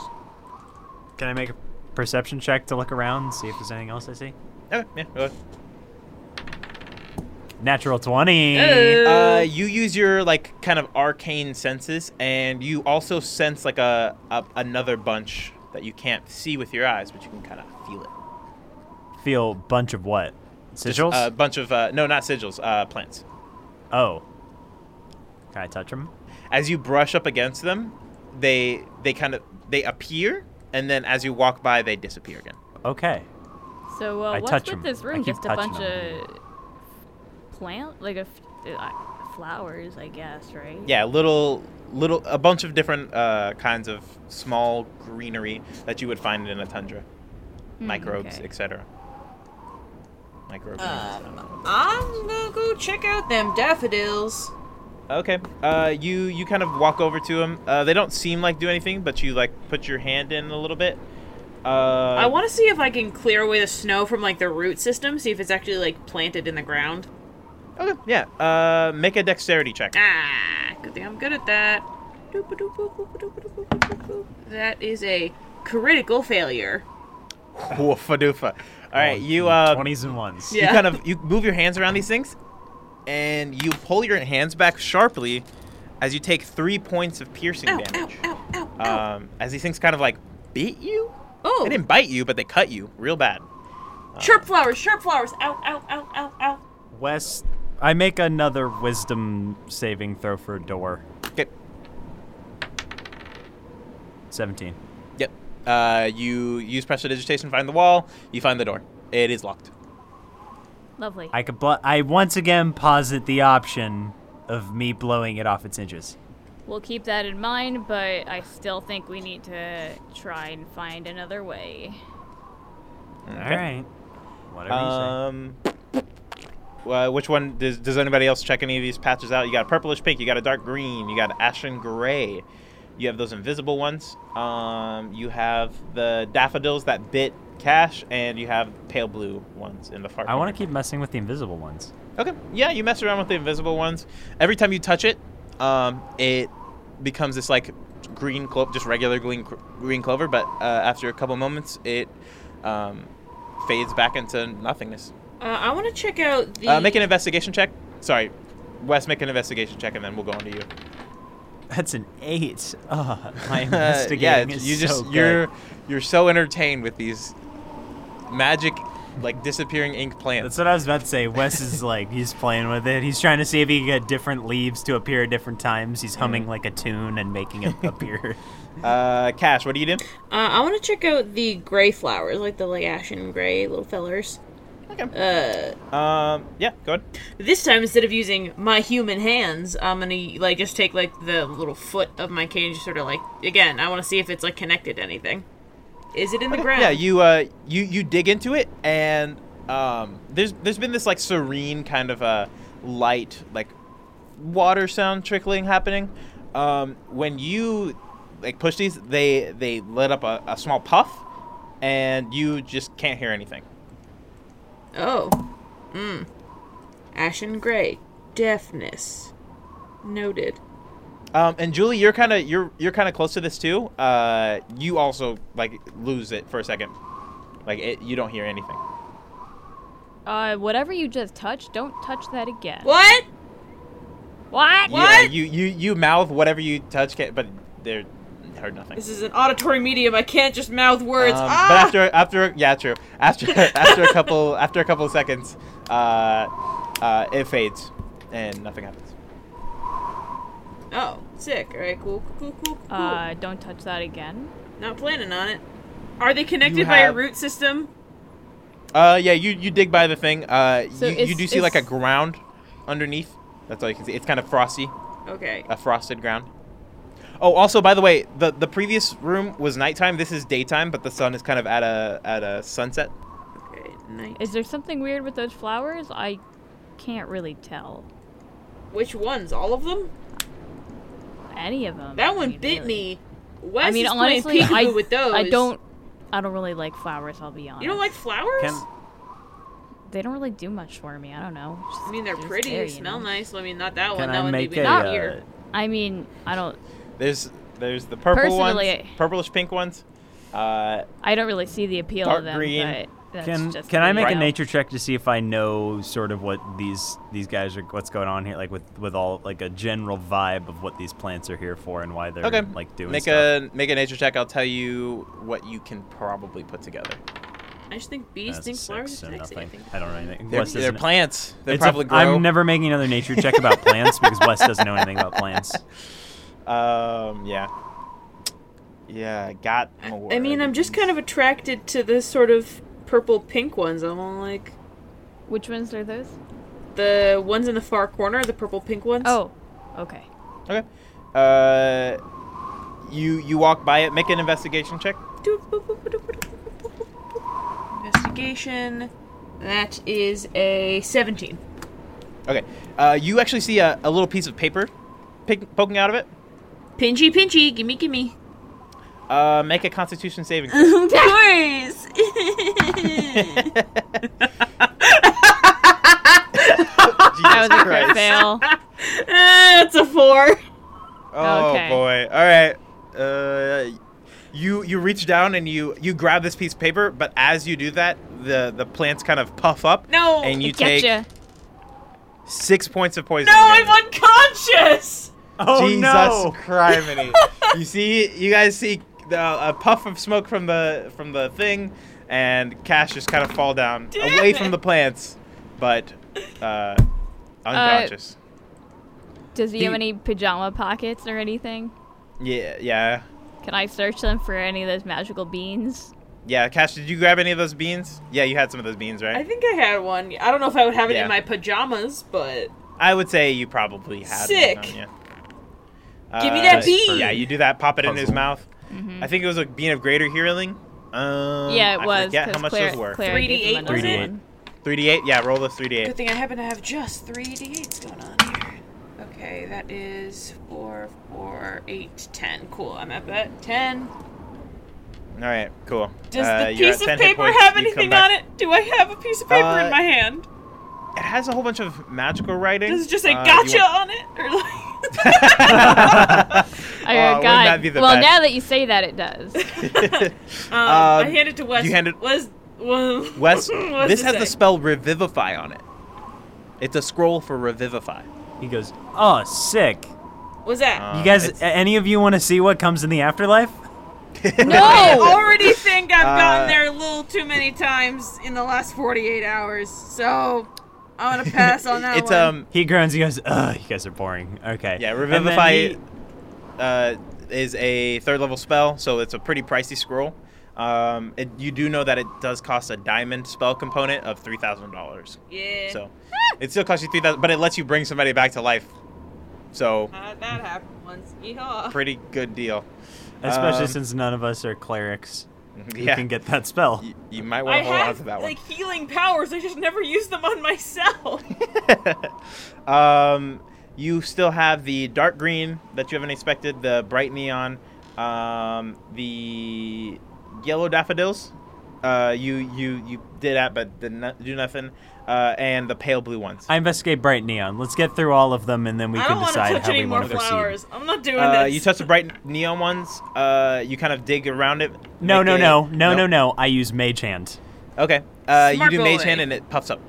Speaker 2: can i make a perception check to look around and see if there's anything else i see
Speaker 1: Okay, yeah. go ahead.
Speaker 2: natural 20
Speaker 1: Uh, you use your like kind of arcane senses, and you also sense like a, a another bunch that you can't see with your eyes, but you can kind of feel it.
Speaker 2: feel bunch of what? Sigils?
Speaker 1: A bunch of uh, no, not sigils, uh, plants.
Speaker 2: oh. Can I touch them?
Speaker 1: As you brush up against them, they they kind of they appear, and then as you walk by, they disappear again.
Speaker 2: Okay.
Speaker 5: So, uh,
Speaker 2: I
Speaker 5: what's
Speaker 2: touch
Speaker 5: with
Speaker 2: 'em.
Speaker 5: this
Speaker 2: I
Speaker 5: room?
Speaker 2: keep
Speaker 5: Just a
Speaker 2: touching
Speaker 5: bunch
Speaker 2: 'em.
Speaker 5: of plant, like a f- uh, flowers, I guess, right?
Speaker 1: Yeah, little little a bunch of different uh, kinds of small greenery that you would find in a tundra,
Speaker 5: Hmm,
Speaker 1: microbes,
Speaker 5: okay.
Speaker 1: etc. Microbes.
Speaker 3: Um, I'm gonna go check out them daffodils.
Speaker 1: Okay. Uh, you you kind of walk over to them. Uh, they don't seem like do anything, but you like put your hand in a little bit. Uh,
Speaker 3: I want to see if I can clear away the snow from like the root system, see if it's actually like planted in the ground.
Speaker 1: Okay. Yeah. Uh, make a dexterity check.
Speaker 3: Ah, good thing I'm good at that. Doop-a-doop-a-doop-a-doop-a-doop-a-doop-a-doop. That is a critical failure.
Speaker 1: Woofa doofa. All
Speaker 2: Oh,
Speaker 1: right. You uh,
Speaker 2: 20s and 1s.
Speaker 1: you
Speaker 3: Yeah.
Speaker 1: kind of you move your hands around these things, and you pull your hands back sharply, as you take three points of piercing
Speaker 3: Ow, ow,
Speaker 1: damage.
Speaker 3: ow, ow, ow.
Speaker 1: Um, as these things kind of like bit you.
Speaker 3: oh,
Speaker 1: They didn't bite you, but they cut you real bad.
Speaker 3: sharp flowers, sharp flowers. Ow, ow, ow, ow, ow.
Speaker 2: Wes, I make another wisdom saving throw for a door.
Speaker 1: Okay.
Speaker 2: 17.
Speaker 1: Yep. Uh, you use prestidigitation to find the wall. You find the door. It is locked.
Speaker 5: Lovely.
Speaker 2: I could bl- I once again posit the option of me blowing it off its hinges.
Speaker 5: We'll keep that in mind, but I still think we need to try and find another way.
Speaker 2: All right. Whatever
Speaker 1: Um. Well, which one does, does anybody else check any of these patches out? You got a purplish pink, you got a dark green, you got ashen gray, you have those invisible ones. Um, you have the daffodils that bit Cash, and you have pale blue ones in the far.
Speaker 2: you say. I want
Speaker 1: corner.
Speaker 2: to keep messing with the invisible ones.
Speaker 1: Okay. Yeah, you mess around with the invisible ones. Every time you touch it, um, it becomes this like green clover, just regular green cl- green clover. But uh, after a couple moments, it um, fades back into nothingness.
Speaker 3: Uh, I want to check out the.
Speaker 1: Uh, make an investigation check. Sorry, Wes, make an investigation check, and then we'll go on to you.
Speaker 2: That's an eight. Ugh, my
Speaker 1: Uh,
Speaker 2: investigating
Speaker 1: yeah,
Speaker 2: is
Speaker 1: you just
Speaker 2: so good.
Speaker 1: you're you're so entertained with these magic, like disappearing ink plants.
Speaker 2: That's what I was about to say. Wes is like he's playing with it. He's trying to see if he can get different leaves to appear at different times. He's humming like a tune and making it appear.
Speaker 1: Uh, Cash, what do you do?
Speaker 3: Uh, I want to check out the gray flowers, like the like ashen gray little fellers. Okay. Uh,
Speaker 1: Um, yeah, go ahead.
Speaker 3: this time instead of using my human hands, I'm gonna like just take like the little foot of my cane, just sort of like again. I want to see if it's like connected to anything. Is it in the ground?
Speaker 1: Yeah, you uh, you you dig into it, and um, there's there's been this like serene kind of uh, light, like water sound trickling happening. Um, when you like push these, they they let up a, a small puff, and you just can't hear anything.
Speaker 3: Oh. Mm. Ashen gray. Deafness. Noted.
Speaker 1: Um, and Julie, you're kind of you're you're kind of close to this too. Uh, you also like lose it for a second, like it, you don't hear anything.
Speaker 5: Uh, whatever you just touched, don't touch that again.
Speaker 3: What?
Speaker 5: What?
Speaker 1: Yeah, you you you mouth whatever you touch, ca- but there heard nothing.
Speaker 3: This is an auditory medium. I can't just mouth words.
Speaker 1: Um,
Speaker 3: ah!
Speaker 1: But after after yeah true after after a couple after a couple of seconds, uh, uh, it fades and nothing happens.
Speaker 3: Oh, sick. All right, cool, cool, cool, cool. cool.
Speaker 5: Uh, don't touch that again.
Speaker 3: Not planning on it. Are they connected
Speaker 1: You
Speaker 3: by a
Speaker 1: have-
Speaker 3: root system?
Speaker 1: Uh, yeah, you you dig by the thing. Uh,
Speaker 5: So
Speaker 1: you, you
Speaker 5: it's-
Speaker 1: do see like a
Speaker 5: it's-
Speaker 1: ground underneath. That's all you can see. It's kind of frosty,
Speaker 3: Okay.
Speaker 2: Uh,
Speaker 1: a frosted ground. Oh, also by the way, the the previous room was nighttime. This is daytime, but the sun is kind of at a at a sunset.
Speaker 3: Okay. Nice.
Speaker 5: Is there something weird with those flowers? I can't really tell.
Speaker 3: Which ones? All of them?
Speaker 5: Any of them.
Speaker 3: That one bit me. Wes
Speaker 5: I mean,
Speaker 3: is
Speaker 5: honestly,
Speaker 3: playing
Speaker 5: I,
Speaker 3: peekaboo with those.
Speaker 5: I don't. I don't really like flowers. I'll be honest.
Speaker 3: You don't like flowers?
Speaker 2: Can
Speaker 5: They don't really do much for me. I don't know. It's just-
Speaker 3: I mean, they're
Speaker 5: it's
Speaker 3: pretty.
Speaker 5: there,
Speaker 3: They
Speaker 5: you
Speaker 3: smell
Speaker 5: know?
Speaker 3: nice. Well, I mean, not that one.
Speaker 2: can
Speaker 3: that
Speaker 2: I
Speaker 3: one
Speaker 2: make
Speaker 3: maybe
Speaker 2: a?
Speaker 3: not
Speaker 2: Uh,
Speaker 3: here.
Speaker 5: I mean, I don't.
Speaker 1: There's there's the purple ones,
Speaker 5: Personally-
Speaker 1: purplish pink ones. Uh,
Speaker 5: I don't really see the appeal
Speaker 1: Dark
Speaker 5: of them.
Speaker 1: green.
Speaker 5: But that's
Speaker 2: can
Speaker 5: just
Speaker 2: can I
Speaker 5: me,
Speaker 2: make
Speaker 5: you
Speaker 2: a
Speaker 5: know?
Speaker 2: nature check to see if I know sort of what these these guys are? What's going on here? Like with with all like a general vibe of what these plants are here for and why they're
Speaker 1: okay,
Speaker 2: like doing
Speaker 1: make
Speaker 2: stuff.
Speaker 1: a make a nature check. I'll tell you what you can probably put together.
Speaker 3: I just think bees
Speaker 2: uh, That's a
Speaker 3: think flowers
Speaker 2: six
Speaker 3: are
Speaker 2: and
Speaker 3: sexy. I
Speaker 2: nothing.
Speaker 3: think.
Speaker 2: I don't know anything.
Speaker 1: They're,
Speaker 2: Wes
Speaker 1: they're
Speaker 2: doesn't-
Speaker 1: plants. They
Speaker 2: It's a-
Speaker 1: probably grow.
Speaker 2: I'm never making another nature check about plants because Wes doesn't know anything about plants.
Speaker 1: Um, yeah. Yeah, I got more.
Speaker 3: I mean, I'm just kind of attracted to the sort of purple pink ones. I'm all like
Speaker 5: Which ones are those?
Speaker 3: the ones in the far corner, the purple pink ones.
Speaker 5: Oh, okay.
Speaker 1: Okay. Uh, you you walk by it. Make an investigation check.
Speaker 3: Investigation. That is a 17.
Speaker 1: Okay. Uh, you actually see a, a little piece of paper pick, poking out of it.
Speaker 3: Pinchy, pinchy, gimme, gimme.
Speaker 1: Uh, make a Constitution saving. throw.
Speaker 3: Of course!
Speaker 5: That was
Speaker 1: Jesus
Speaker 5: a crit
Speaker 1: Christ.
Speaker 5: fail.
Speaker 3: That's a 4.
Speaker 1: Oh
Speaker 5: Okay.
Speaker 1: boy! All right. Uh, you you reach down and you you grab this piece of paper, but as you do that, the the plants kind of puff up.
Speaker 3: No!
Speaker 1: And you
Speaker 5: It gets
Speaker 1: take
Speaker 5: ya.
Speaker 1: six points of poison.
Speaker 3: no,
Speaker 1: damage.
Speaker 3: I'm unconscious!
Speaker 2: Oh
Speaker 1: Jesus
Speaker 2: no!
Speaker 1: criminy! you see, you guys see uh, a puff of smoke from the from the thing, and Cash just kind of fall down
Speaker 3: Damn
Speaker 1: away
Speaker 3: it.
Speaker 1: from the plants, but uh, unconscious.
Speaker 5: Does he have
Speaker 1: He-
Speaker 5: any pajama pockets or anything?
Speaker 1: yeah, yeah,
Speaker 5: Can I search them for any of those magical beans?
Speaker 1: yeah. Cash, did you grab any of those beans? Yeah, you had some of those beans, right?
Speaker 3: I think I had one. I don't know if I would have it
Speaker 1: Yeah.
Speaker 3: in my pajamas, but.
Speaker 1: I would say you probably had one
Speaker 3: Sick.
Speaker 1: on you.
Speaker 3: Give me that
Speaker 1: Uh,
Speaker 3: bean! Mm-hmm.
Speaker 1: Yeah, you do that. Pop it in his
Speaker 2: Puzzle.
Speaker 1: mouth. I think it was a bean of greater healing. Um,
Speaker 5: yeah, it
Speaker 1: I
Speaker 5: was.
Speaker 1: forget how
Speaker 5: 'cause
Speaker 1: much
Speaker 5: Clara,
Speaker 1: those were.
Speaker 5: Clara gave
Speaker 3: 3D8
Speaker 5: him another
Speaker 2: was it?
Speaker 5: one.
Speaker 1: 3d8. Yeah, roll the 3d8.
Speaker 3: Good thing I happen to have just three d8s going on here. Okay, that is four, four, eight, ten. Cool, I'm up at ten.
Speaker 1: All right, cool.
Speaker 3: Does
Speaker 1: Uh,
Speaker 3: the
Speaker 1: you're at
Speaker 3: piece of
Speaker 1: 10 hit
Speaker 3: paper
Speaker 1: points.
Speaker 3: have
Speaker 1: You come
Speaker 3: anything
Speaker 1: back-
Speaker 3: on it? Do I have a piece of paper
Speaker 1: Uh,
Speaker 3: in my hand?
Speaker 1: It has a whole bunch of magical writing.
Speaker 3: Does it just say
Speaker 1: Uh, you
Speaker 3: "gotcha"
Speaker 1: won't-
Speaker 3: on it? Or like,
Speaker 5: I
Speaker 1: Uh,
Speaker 5: got-
Speaker 1: wouldn't that be the
Speaker 5: Oh, well,
Speaker 1: best?
Speaker 5: now that you say that, it does.
Speaker 3: um, I hand it to Wes.
Speaker 1: you hand it-
Speaker 3: Wes. Wes.
Speaker 1: Wes,
Speaker 3: What's
Speaker 1: this
Speaker 3: it
Speaker 1: has the
Speaker 3: say?
Speaker 1: spell Revivify on it. It's a scroll for Revivify.
Speaker 2: He goes, "Oh, sick!
Speaker 3: What's that?
Speaker 1: Uh,
Speaker 2: You guys,
Speaker 1: it's-
Speaker 2: a- any of you want to see what comes in the afterlife?"
Speaker 3: I
Speaker 5: no.
Speaker 3: already think I've
Speaker 1: Uh,
Speaker 3: gotten there a little too many times in the last 48 hours, so I'm gonna pass on that
Speaker 1: it's
Speaker 3: one.
Speaker 1: um
Speaker 2: He groans. He goes, "Ugh, you guys are boring." Okay.
Speaker 1: yeah
Speaker 2: And then
Speaker 1: Revivify
Speaker 2: he-
Speaker 1: uh, is a third level spell, so it's a pretty pricey scroll. Um, it, you do know that it does cost a diamond spell component of three thousand dollars.
Speaker 3: yeah.
Speaker 1: So it still costs you three thousand, but it lets you bring somebody back to life. So
Speaker 3: Uh, that happened once. Yeehaw.
Speaker 1: pretty good deal.
Speaker 2: especially
Speaker 1: um,
Speaker 2: since none of us are clerics, who
Speaker 1: Yeah,
Speaker 2: can get that spell.
Speaker 1: you, you might
Speaker 3: I
Speaker 1: want to hold on
Speaker 3: have
Speaker 1: to that one.
Speaker 3: like healing powers. I just never use them on myself.
Speaker 1: um, you still have the dark green that you haven't expected, the bright neon, um, the yellow daffodils. Uh, you you you did that, but did not do nothing. Uh, and the pale blue ones.
Speaker 2: I investigate bright neon. Let's get through all of them, and then we
Speaker 3: I
Speaker 2: can
Speaker 3: don't want to
Speaker 2: decide
Speaker 3: touch
Speaker 2: how
Speaker 3: any
Speaker 2: we
Speaker 3: more
Speaker 2: want to proceed.
Speaker 3: flowers. I'm not doing
Speaker 1: Uh,
Speaker 3: this.
Speaker 1: you touch the bright neon ones. Uh, you kind of dig around it.
Speaker 2: No,
Speaker 1: make
Speaker 2: no,
Speaker 1: a-
Speaker 2: no, no, no,
Speaker 1: Nope.
Speaker 2: no. I use mage hand.
Speaker 1: Okay. Uh, you
Speaker 3: Smart
Speaker 1: do mage
Speaker 3: boy.
Speaker 1: hand and it puffs up,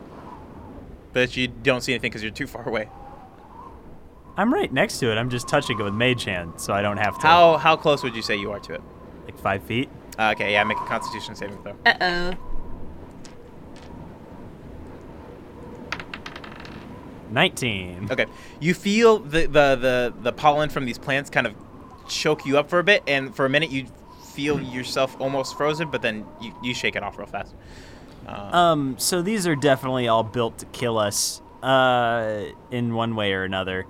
Speaker 1: but you don't see anything because you're too far away.
Speaker 2: I'm right next to it. I'm just touching it with mage hand, so I don't have to.
Speaker 1: How how close would you say you are to it?
Speaker 2: Like five feet.
Speaker 1: Uh, okay, yeah, make a Constitution saving throw.
Speaker 3: Uh oh.
Speaker 2: Nineteen.
Speaker 1: Okay. You feel the, the, the, the pollen from these plants kind of choke you up for a bit, and for a minute you feel
Speaker 2: Hmm.
Speaker 1: yourself almost frozen, but then you, you shake it off real fast. Uh,
Speaker 2: Um, so these are definitely all built to kill us, uh, in one way or another.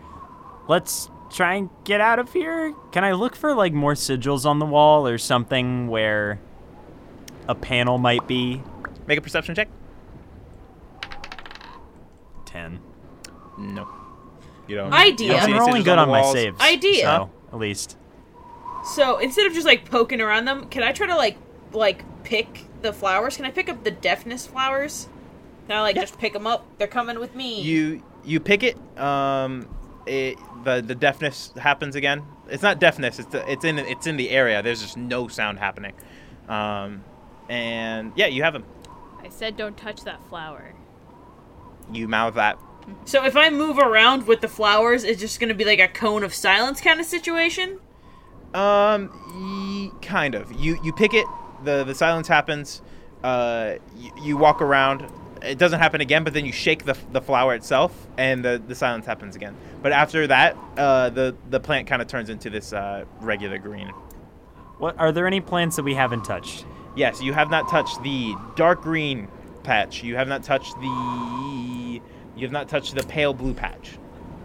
Speaker 2: Let's try and get out of here. Can I look for like more sigils on the wall or something where a panel might be?
Speaker 1: make a perception check.
Speaker 2: Ten.
Speaker 1: No. You don't. you
Speaker 3: Idea.
Speaker 1: don't see
Speaker 2: I'm
Speaker 1: any
Speaker 2: rolling
Speaker 1: sigils
Speaker 2: good
Speaker 1: the
Speaker 2: on, my
Speaker 1: walls.
Speaker 2: saves.
Speaker 3: Idea.
Speaker 2: So, at least.
Speaker 3: So instead of just like poking around them, can I try to like like pick the flowers? Can I pick up the deafness flowers? Can I like just pick them up? They're coming with me.
Speaker 1: You you pick it. Um, it the the deafness happens again. It's not deafness. It's the, it's in it's in the area. There's just no sound happening. Um, and yeah, you have them.
Speaker 5: I said don't touch that flower.
Speaker 1: You mouth that.
Speaker 3: So if I move around with the flowers, it's just gonna be like a cone of silence kind of situation.
Speaker 1: Um, y- kind of. You you pick it. the The silence happens. Uh, you, you walk around. It doesn't happen again, but then you shake the, the flower itself, and the, the silence happens again. But after that, uh, the the plant kind of turns into this uh, regular green.
Speaker 2: What are there any plants that we haven't touched?
Speaker 1: Yes, you have not touched the dark green patch. You have not touched the you have not touched the pale blue patch.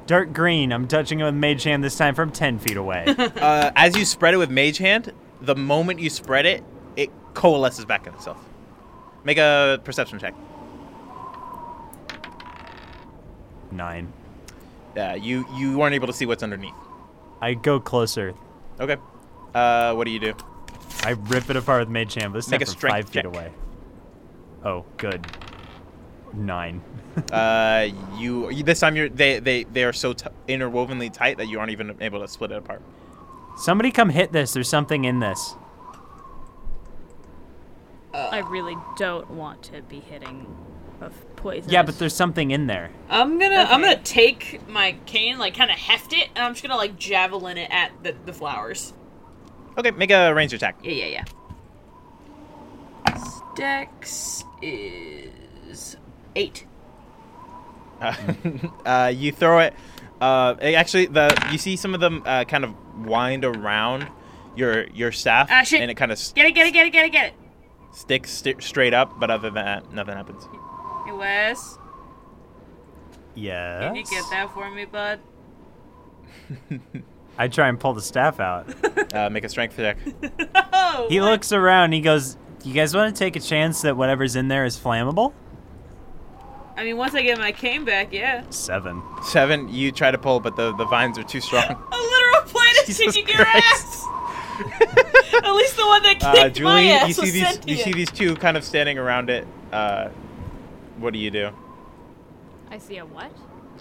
Speaker 2: Dark green. I'm touching it with mage hand this time from ten feet away.
Speaker 1: uh, as you spread it with mage hand, the moment you spread it, it coalesces back in itself. Make a perception check.
Speaker 2: Nine.
Speaker 1: Yeah, you you weren't able to see what's underneath.
Speaker 2: I go closer.
Speaker 1: Okay. Uh, what do you do?
Speaker 2: I rip it apart with mage hand. This
Speaker 1: Make
Speaker 2: time
Speaker 1: a
Speaker 2: from
Speaker 1: strength
Speaker 2: five
Speaker 1: check.
Speaker 2: feet away. Oh, good. Nine.
Speaker 1: Uh, you you- this time you're they they they are so t- interwovenly tight that you aren't even able to split it apart.
Speaker 2: Somebody come hit this. There's something in this.
Speaker 5: I really don't want to be hitting of poison.
Speaker 2: Yeah, but there's something in there.
Speaker 3: I'm gonna I'm
Speaker 5: Okay.
Speaker 3: gonna take my cane, like kind of heft it, and I'm just gonna like javelin it at the the flowers.
Speaker 1: Okay, make a range attack.
Speaker 3: Yeah, yeah, yeah. Dex is eight.
Speaker 1: Uh, uh, you throw it. Uh, it actually, the you see some of them uh, kind of wind around your your staff,
Speaker 3: Ah, shit.
Speaker 1: and it kind of s-
Speaker 3: Get it, get it, get it, get it, get it.
Speaker 1: sticks st- straight up. But other than that, nothing happens.
Speaker 3: Hey Wes,
Speaker 2: Yeah.
Speaker 3: can you get that for me, bud?
Speaker 2: I try and pull the staff out.
Speaker 1: Uh, make a strength check.
Speaker 3: Oh,
Speaker 2: He
Speaker 3: what?
Speaker 2: looks around. He goes, "You guys want to take a chance that whatever's in there is flammable?"
Speaker 3: I mean, once I get my cane back, yeah.
Speaker 2: Seven.
Speaker 1: Seven. You try to pull, but the, the vines are too strong.
Speaker 3: A literal plate is
Speaker 1: Jesus
Speaker 3: kicking your ass.
Speaker 1: Christ.
Speaker 3: At least the one that kicked
Speaker 1: Uh,
Speaker 3: my
Speaker 1: Julie,
Speaker 3: ass
Speaker 1: you see
Speaker 3: was
Speaker 1: these you
Speaker 3: sentient.
Speaker 1: see these two kind of standing around it. Uh, what do you do?
Speaker 5: I see a what?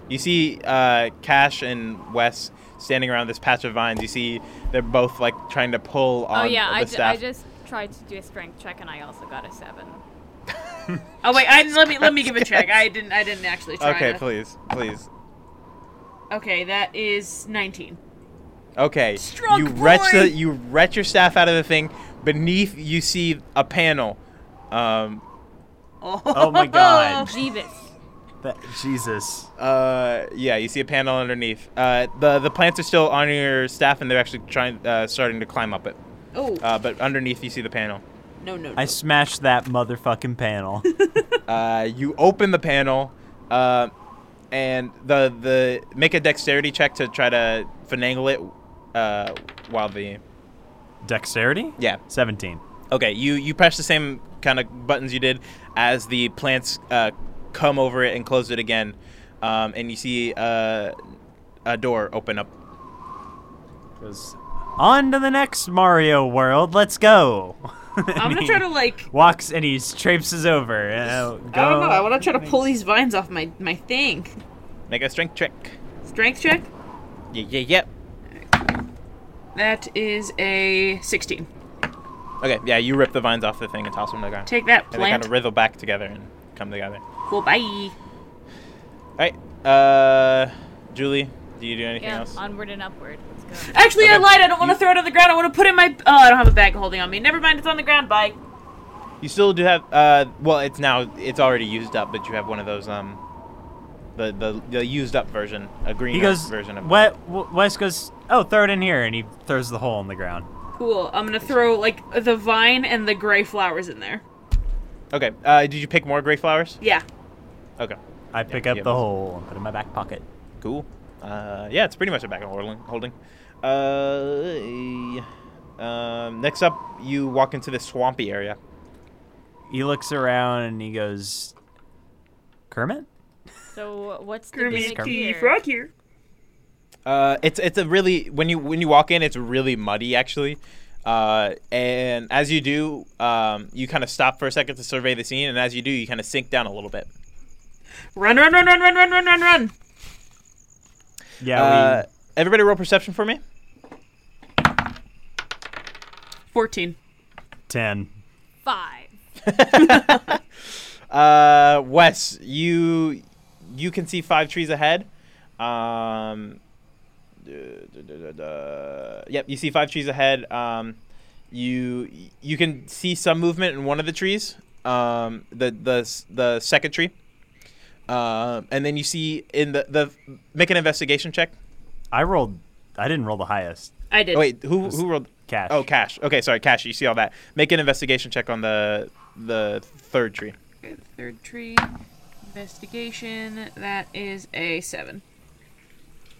Speaker 1: You see uh, Cash and Wes standing around this patch of vines. You see they're both like trying to pull on
Speaker 5: oh yeah,
Speaker 1: the
Speaker 5: I, ju-
Speaker 1: staff.
Speaker 5: I just tried to do a strength check and I also got a seven.
Speaker 3: Oh wait, I, let me let me give a check. I didn't I didn't actually try.
Speaker 1: okay,
Speaker 3: to-
Speaker 1: please, please.
Speaker 3: Okay, that is 19.
Speaker 1: Okay.
Speaker 3: Strong
Speaker 1: you wretch
Speaker 3: boy.
Speaker 1: the you wretch your staff out of the thing. Beneath you see a panel. Um,
Speaker 3: Oh,
Speaker 2: Oh my God.
Speaker 5: Jeebus.
Speaker 2: That, Jesus.
Speaker 1: uh, yeah, you see a panel underneath. Uh, the the plants are still on your staff, and they're actually trying uh, starting to climb up it.
Speaker 3: Oh
Speaker 1: Uh, but underneath you see the panel.
Speaker 3: no no. no.
Speaker 2: I smashed that motherfucking panel.
Speaker 1: Uh, you open the panel, uh, and the the make a dexterity check to try to finagle it. Uh, while the
Speaker 2: Dexterity?
Speaker 1: yeah,
Speaker 2: Seventeen.
Speaker 1: Okay, you you press the same kind of buttons you did as the plants uh, come over it and close it again, um, and you see uh, a door open up.
Speaker 2: Goes on to the next Mario world. Let's go.
Speaker 3: I'm gonna try to like.
Speaker 2: walks and he traipses over. Uh, go.
Speaker 3: I don't know. I want to try to pull these vines off my my thing.
Speaker 1: Make a strength check.
Speaker 3: Strength check.
Speaker 1: Yeah, yeah, yeah.
Speaker 3: That is a 16.
Speaker 1: Okay, yeah, you rip the vines off the thing and toss them to the ground.
Speaker 3: Take that
Speaker 1: and they kind
Speaker 3: plant.
Speaker 1: of wriggle back together and come together. All
Speaker 3: Cool. Bye.
Speaker 1: right, uh, Julie, do you do anything
Speaker 5: Yeah,
Speaker 1: else?
Speaker 5: onward and upward. Let's go.
Speaker 3: Actually, I
Speaker 1: Okay.
Speaker 3: lied. I don't want to
Speaker 1: You-
Speaker 3: throw it on the ground. I want to put it in my. Oh, I don't have a bag holding on me. Never mind. It's on the ground. Bye.
Speaker 1: You still do have. Uh, well, it's now it's already used up, but you have one of those um, the the, the used up version, a green
Speaker 2: He goes.
Speaker 1: version of.
Speaker 2: Wes, Wes goes. Oh, throw it in here, and he throws the hole in the ground.
Speaker 3: Cool. I'm gonna throw like the vine and the gray flowers in there.
Speaker 1: Okay. Uh, did you pick more gray flowers?
Speaker 3: Yeah.
Speaker 1: Okay.
Speaker 2: I pick
Speaker 1: Yeah,
Speaker 2: up
Speaker 1: yeah,
Speaker 2: the
Speaker 1: Wes.
Speaker 2: hole and put it in my back pocket.
Speaker 1: Cool. Uh, yeah, it's pretty much a back and holding. holding. Uh, um, next up, you walk into this swampy area.
Speaker 2: He looks around and he goes, Kermit?
Speaker 5: So what's the
Speaker 3: Kermit
Speaker 5: gimmick
Speaker 2: Kermit.
Speaker 5: here?
Speaker 3: frog here.
Speaker 1: Uh, it's it's a really when you when you walk in, it's really muddy actually. Uh, and as you do, um, you kind of stop for a second to survey the scene, and as you do, you kind of sink down a little bit.
Speaker 3: Run, run, run, run, run, run, run, run, run.
Speaker 2: Yeah,
Speaker 1: Uh, everybody, roll perception for me.
Speaker 3: 14.
Speaker 2: we. 10.
Speaker 5: Five.
Speaker 1: Uh, Wes, you you can see five trees ahead. Um, duh, duh, duh, duh, duh. Yep, you see five trees ahead. Um, you you can see some movement in one of the trees. Um, the the s- the second tree. Um, and then you see in the the make an investigation check.
Speaker 2: I rolled. I didn't roll the highest.
Speaker 3: I did.
Speaker 1: Oh, wait, who who rolled?
Speaker 2: Cash.
Speaker 1: Oh, cash. Okay, sorry, cash. You see all that. Make an investigation check on the the third tree.
Speaker 3: Okay, the third tree. Investigation. That is a 7.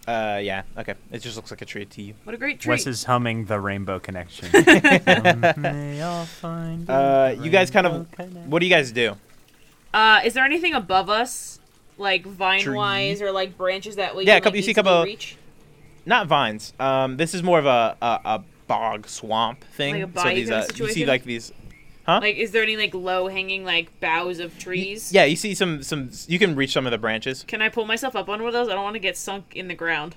Speaker 1: Uh, yeah. Okay, it just looks like a tree to you.
Speaker 3: What a great tree.
Speaker 2: Wes is humming the Rainbow Connection. Um, may all find
Speaker 1: Uh,
Speaker 2: the
Speaker 1: you guys kind of.
Speaker 2: Rainbow Connection.
Speaker 1: What do you guys do?
Speaker 3: Uh, is there anything above us, like vine-wise or like branches that we
Speaker 1: Yeah, a
Speaker 3: can,
Speaker 1: couple-
Speaker 3: like,
Speaker 1: you see a
Speaker 3: easily
Speaker 1: couple-
Speaker 3: reach?
Speaker 1: Not vines. Um, this is more of a a, a bog swamp thing.
Speaker 3: Like a bayou
Speaker 1: these, uh, you
Speaker 3: kinda
Speaker 1: see
Speaker 3: situation?
Speaker 1: like these.
Speaker 3: Like, is there any like low-hanging like boughs of trees?
Speaker 1: Yeah, you see some some. You can reach some of the branches.
Speaker 3: Can I pull myself up on one of those? I don't want to get sunk in the ground.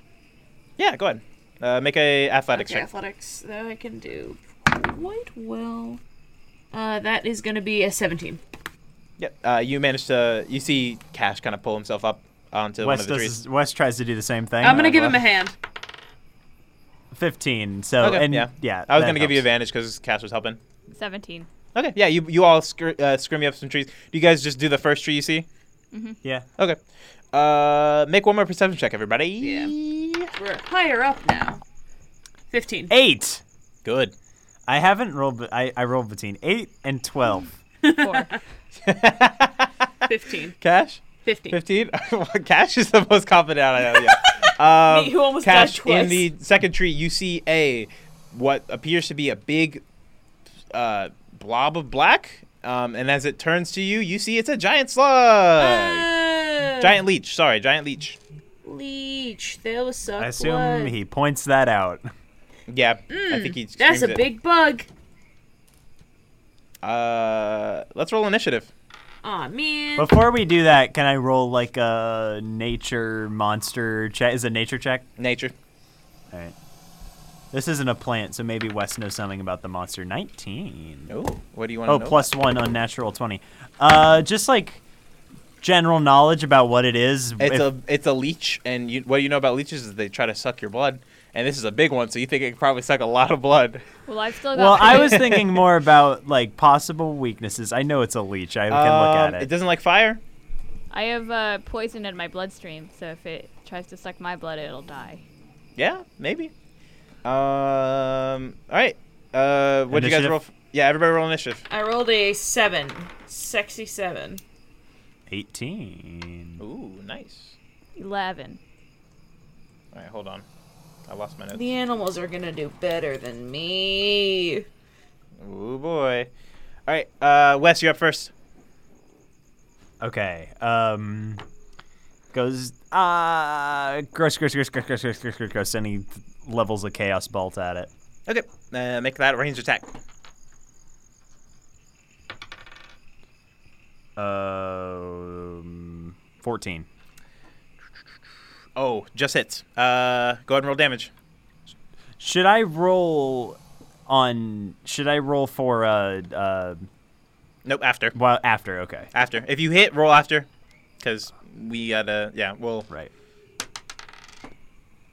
Speaker 1: Yeah, go ahead. Uh, make a athletics
Speaker 3: Okay,
Speaker 1: check.
Speaker 3: athletics that I can do quite well. Uh, that is going to be a 17.
Speaker 1: Yep. Uh, you manage to. You see Cash kind of pull himself up onto one
Speaker 2: Wes,
Speaker 1: of the trees.
Speaker 2: does, Wes tries to do the same thing.
Speaker 3: I'm going to
Speaker 1: on,
Speaker 3: give him
Speaker 1: well.
Speaker 3: a hand.
Speaker 2: 15. So,
Speaker 1: Okay,
Speaker 2: and
Speaker 1: yeah.
Speaker 2: yeah.
Speaker 1: I was
Speaker 2: that
Speaker 1: gonna give you
Speaker 2: helps.
Speaker 1: advantage because Cash was helping.
Speaker 5: Seventeen.
Speaker 1: Okay. Yeah. You you all scr- uh, scrimmy up some trees. Do you guys just do the first tree you see?
Speaker 2: Yeah.
Speaker 1: Okay. Uh, make one more perception check, everybody.
Speaker 3: Yeah. We're higher up now. 15.
Speaker 2: Eight.
Speaker 1: Good.
Speaker 2: I haven't rolled. but I, I rolled between eight and 12.
Speaker 5: Four.
Speaker 3: 15.
Speaker 1: Cash.
Speaker 3: 15.
Speaker 1: 15? Cash is the most confident I know. Yeah. Um,
Speaker 3: Me, who almost died
Speaker 1: cached
Speaker 3: twice.
Speaker 1: in the second tree, you see a what appears to be a big uh, blob of black, um, and as it turns to you, you see it's a giant slug,
Speaker 3: Uh,
Speaker 1: giant leech. Sorry, giant leech.
Speaker 3: leech. That was suck
Speaker 2: I assume
Speaker 3: blood.
Speaker 2: he points that out.
Speaker 1: Yeah, I think he.
Speaker 3: Mm, That's
Speaker 1: screams
Speaker 3: a
Speaker 1: it.
Speaker 3: big bug.
Speaker 1: Uh, let's roll initiative.
Speaker 3: Aw, man.
Speaker 2: Before we do that, can I roll like a nature monster check? Is it a nature check?
Speaker 1: Nature.
Speaker 2: All right. This isn't a plant, so maybe Wes knows something about the monster. 19.
Speaker 1: Oh, what do you want?
Speaker 2: Oh, plus one unnatural 20. Uh, just like general knowledge about what it is.
Speaker 1: It's
Speaker 2: if-
Speaker 1: a it's a leech, and you, what you know about leeches is they try to suck your blood, and this is a big one, so you think it could probably suck a lot of blood.
Speaker 5: Well, I've still got.
Speaker 2: well, I was thinking more about like possible weaknesses. I know it's a leech. I can
Speaker 1: Um,
Speaker 2: look at
Speaker 1: It
Speaker 2: it.
Speaker 1: doesn't like fire.
Speaker 5: I have uh, poison in my bloodstream, so if it tries to suck my blood, it'll die.
Speaker 1: Yeah, maybe. Um. All right. Uh, what do you guys
Speaker 2: Initiative?
Speaker 1: roll? f- Yeah, everybody roll initiative.
Speaker 3: I rolled a seven. Sexy seven.
Speaker 2: 18.
Speaker 1: Ooh, nice.
Speaker 5: Eleven.
Speaker 1: All right, hold on. I lost my notes.
Speaker 3: The animals are gonna do better than me.
Speaker 1: Ooh boy. All right, uh, Wes, you're up first.
Speaker 2: Okay. Um, goes uh gross, gross, gross, gross, gross, gross, gross, gross, gross, and he levels a chaos bolt at it.
Speaker 1: Okay. Uh, make that range attack.
Speaker 2: Um, 14.
Speaker 1: Oh, just hits. Uh, go ahead and roll damage.
Speaker 2: Should I roll on? Should I roll for uh uh?
Speaker 1: Nope. After.
Speaker 2: Well, after. Okay.
Speaker 1: After. If you hit, roll after. Because we gotta. Yeah. We'll.
Speaker 2: Right.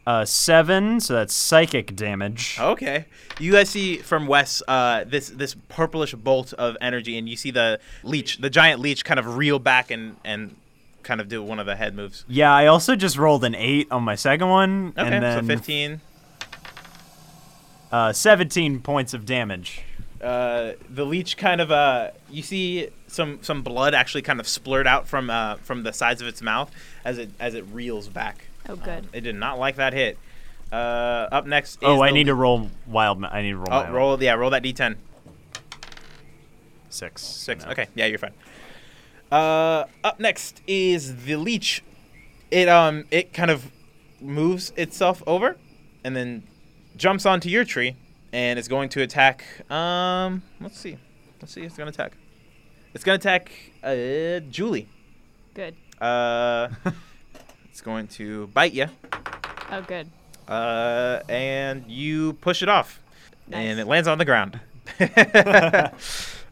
Speaker 2: Uh, seven. So that's psychic damage.
Speaker 1: Okay. You guys see from Wes uh, this this purplish bolt of energy, and you see the leech, the giant leech, kind of reel back and and kind of do one of the head moves.
Speaker 2: Yeah, I also just rolled an eight on my second one,
Speaker 1: Okay.
Speaker 2: and then
Speaker 1: so 15.
Speaker 2: uh, seventeen points of damage.
Speaker 1: Uh, the leech kind of uh, you see some some blood actually kind of splurt out from uh, from the sides of its mouth as it as it reels back.
Speaker 5: Oh, good.
Speaker 1: It did not like that hit. Uh, up next. Is
Speaker 2: oh, I
Speaker 1: the
Speaker 2: need to
Speaker 1: le-
Speaker 2: roll wild. ma- I need to roll.
Speaker 1: Oh,
Speaker 2: my
Speaker 1: roll yeah, roll that d10.
Speaker 2: six.
Speaker 1: Six.
Speaker 2: No.
Speaker 1: Okay, yeah, you're fine. Uh, up next is the leech. It um it kind of moves itself over, and then jumps onto your tree, and it's going to attack. Um, let's see, let's see, if it's gonna attack. It's gonna attack uh Julie.
Speaker 5: Good.
Speaker 1: Uh, it's going to bite you.
Speaker 5: Oh, good.
Speaker 1: Uh, and you push it off, and
Speaker 5: Nice.
Speaker 1: it lands on the ground.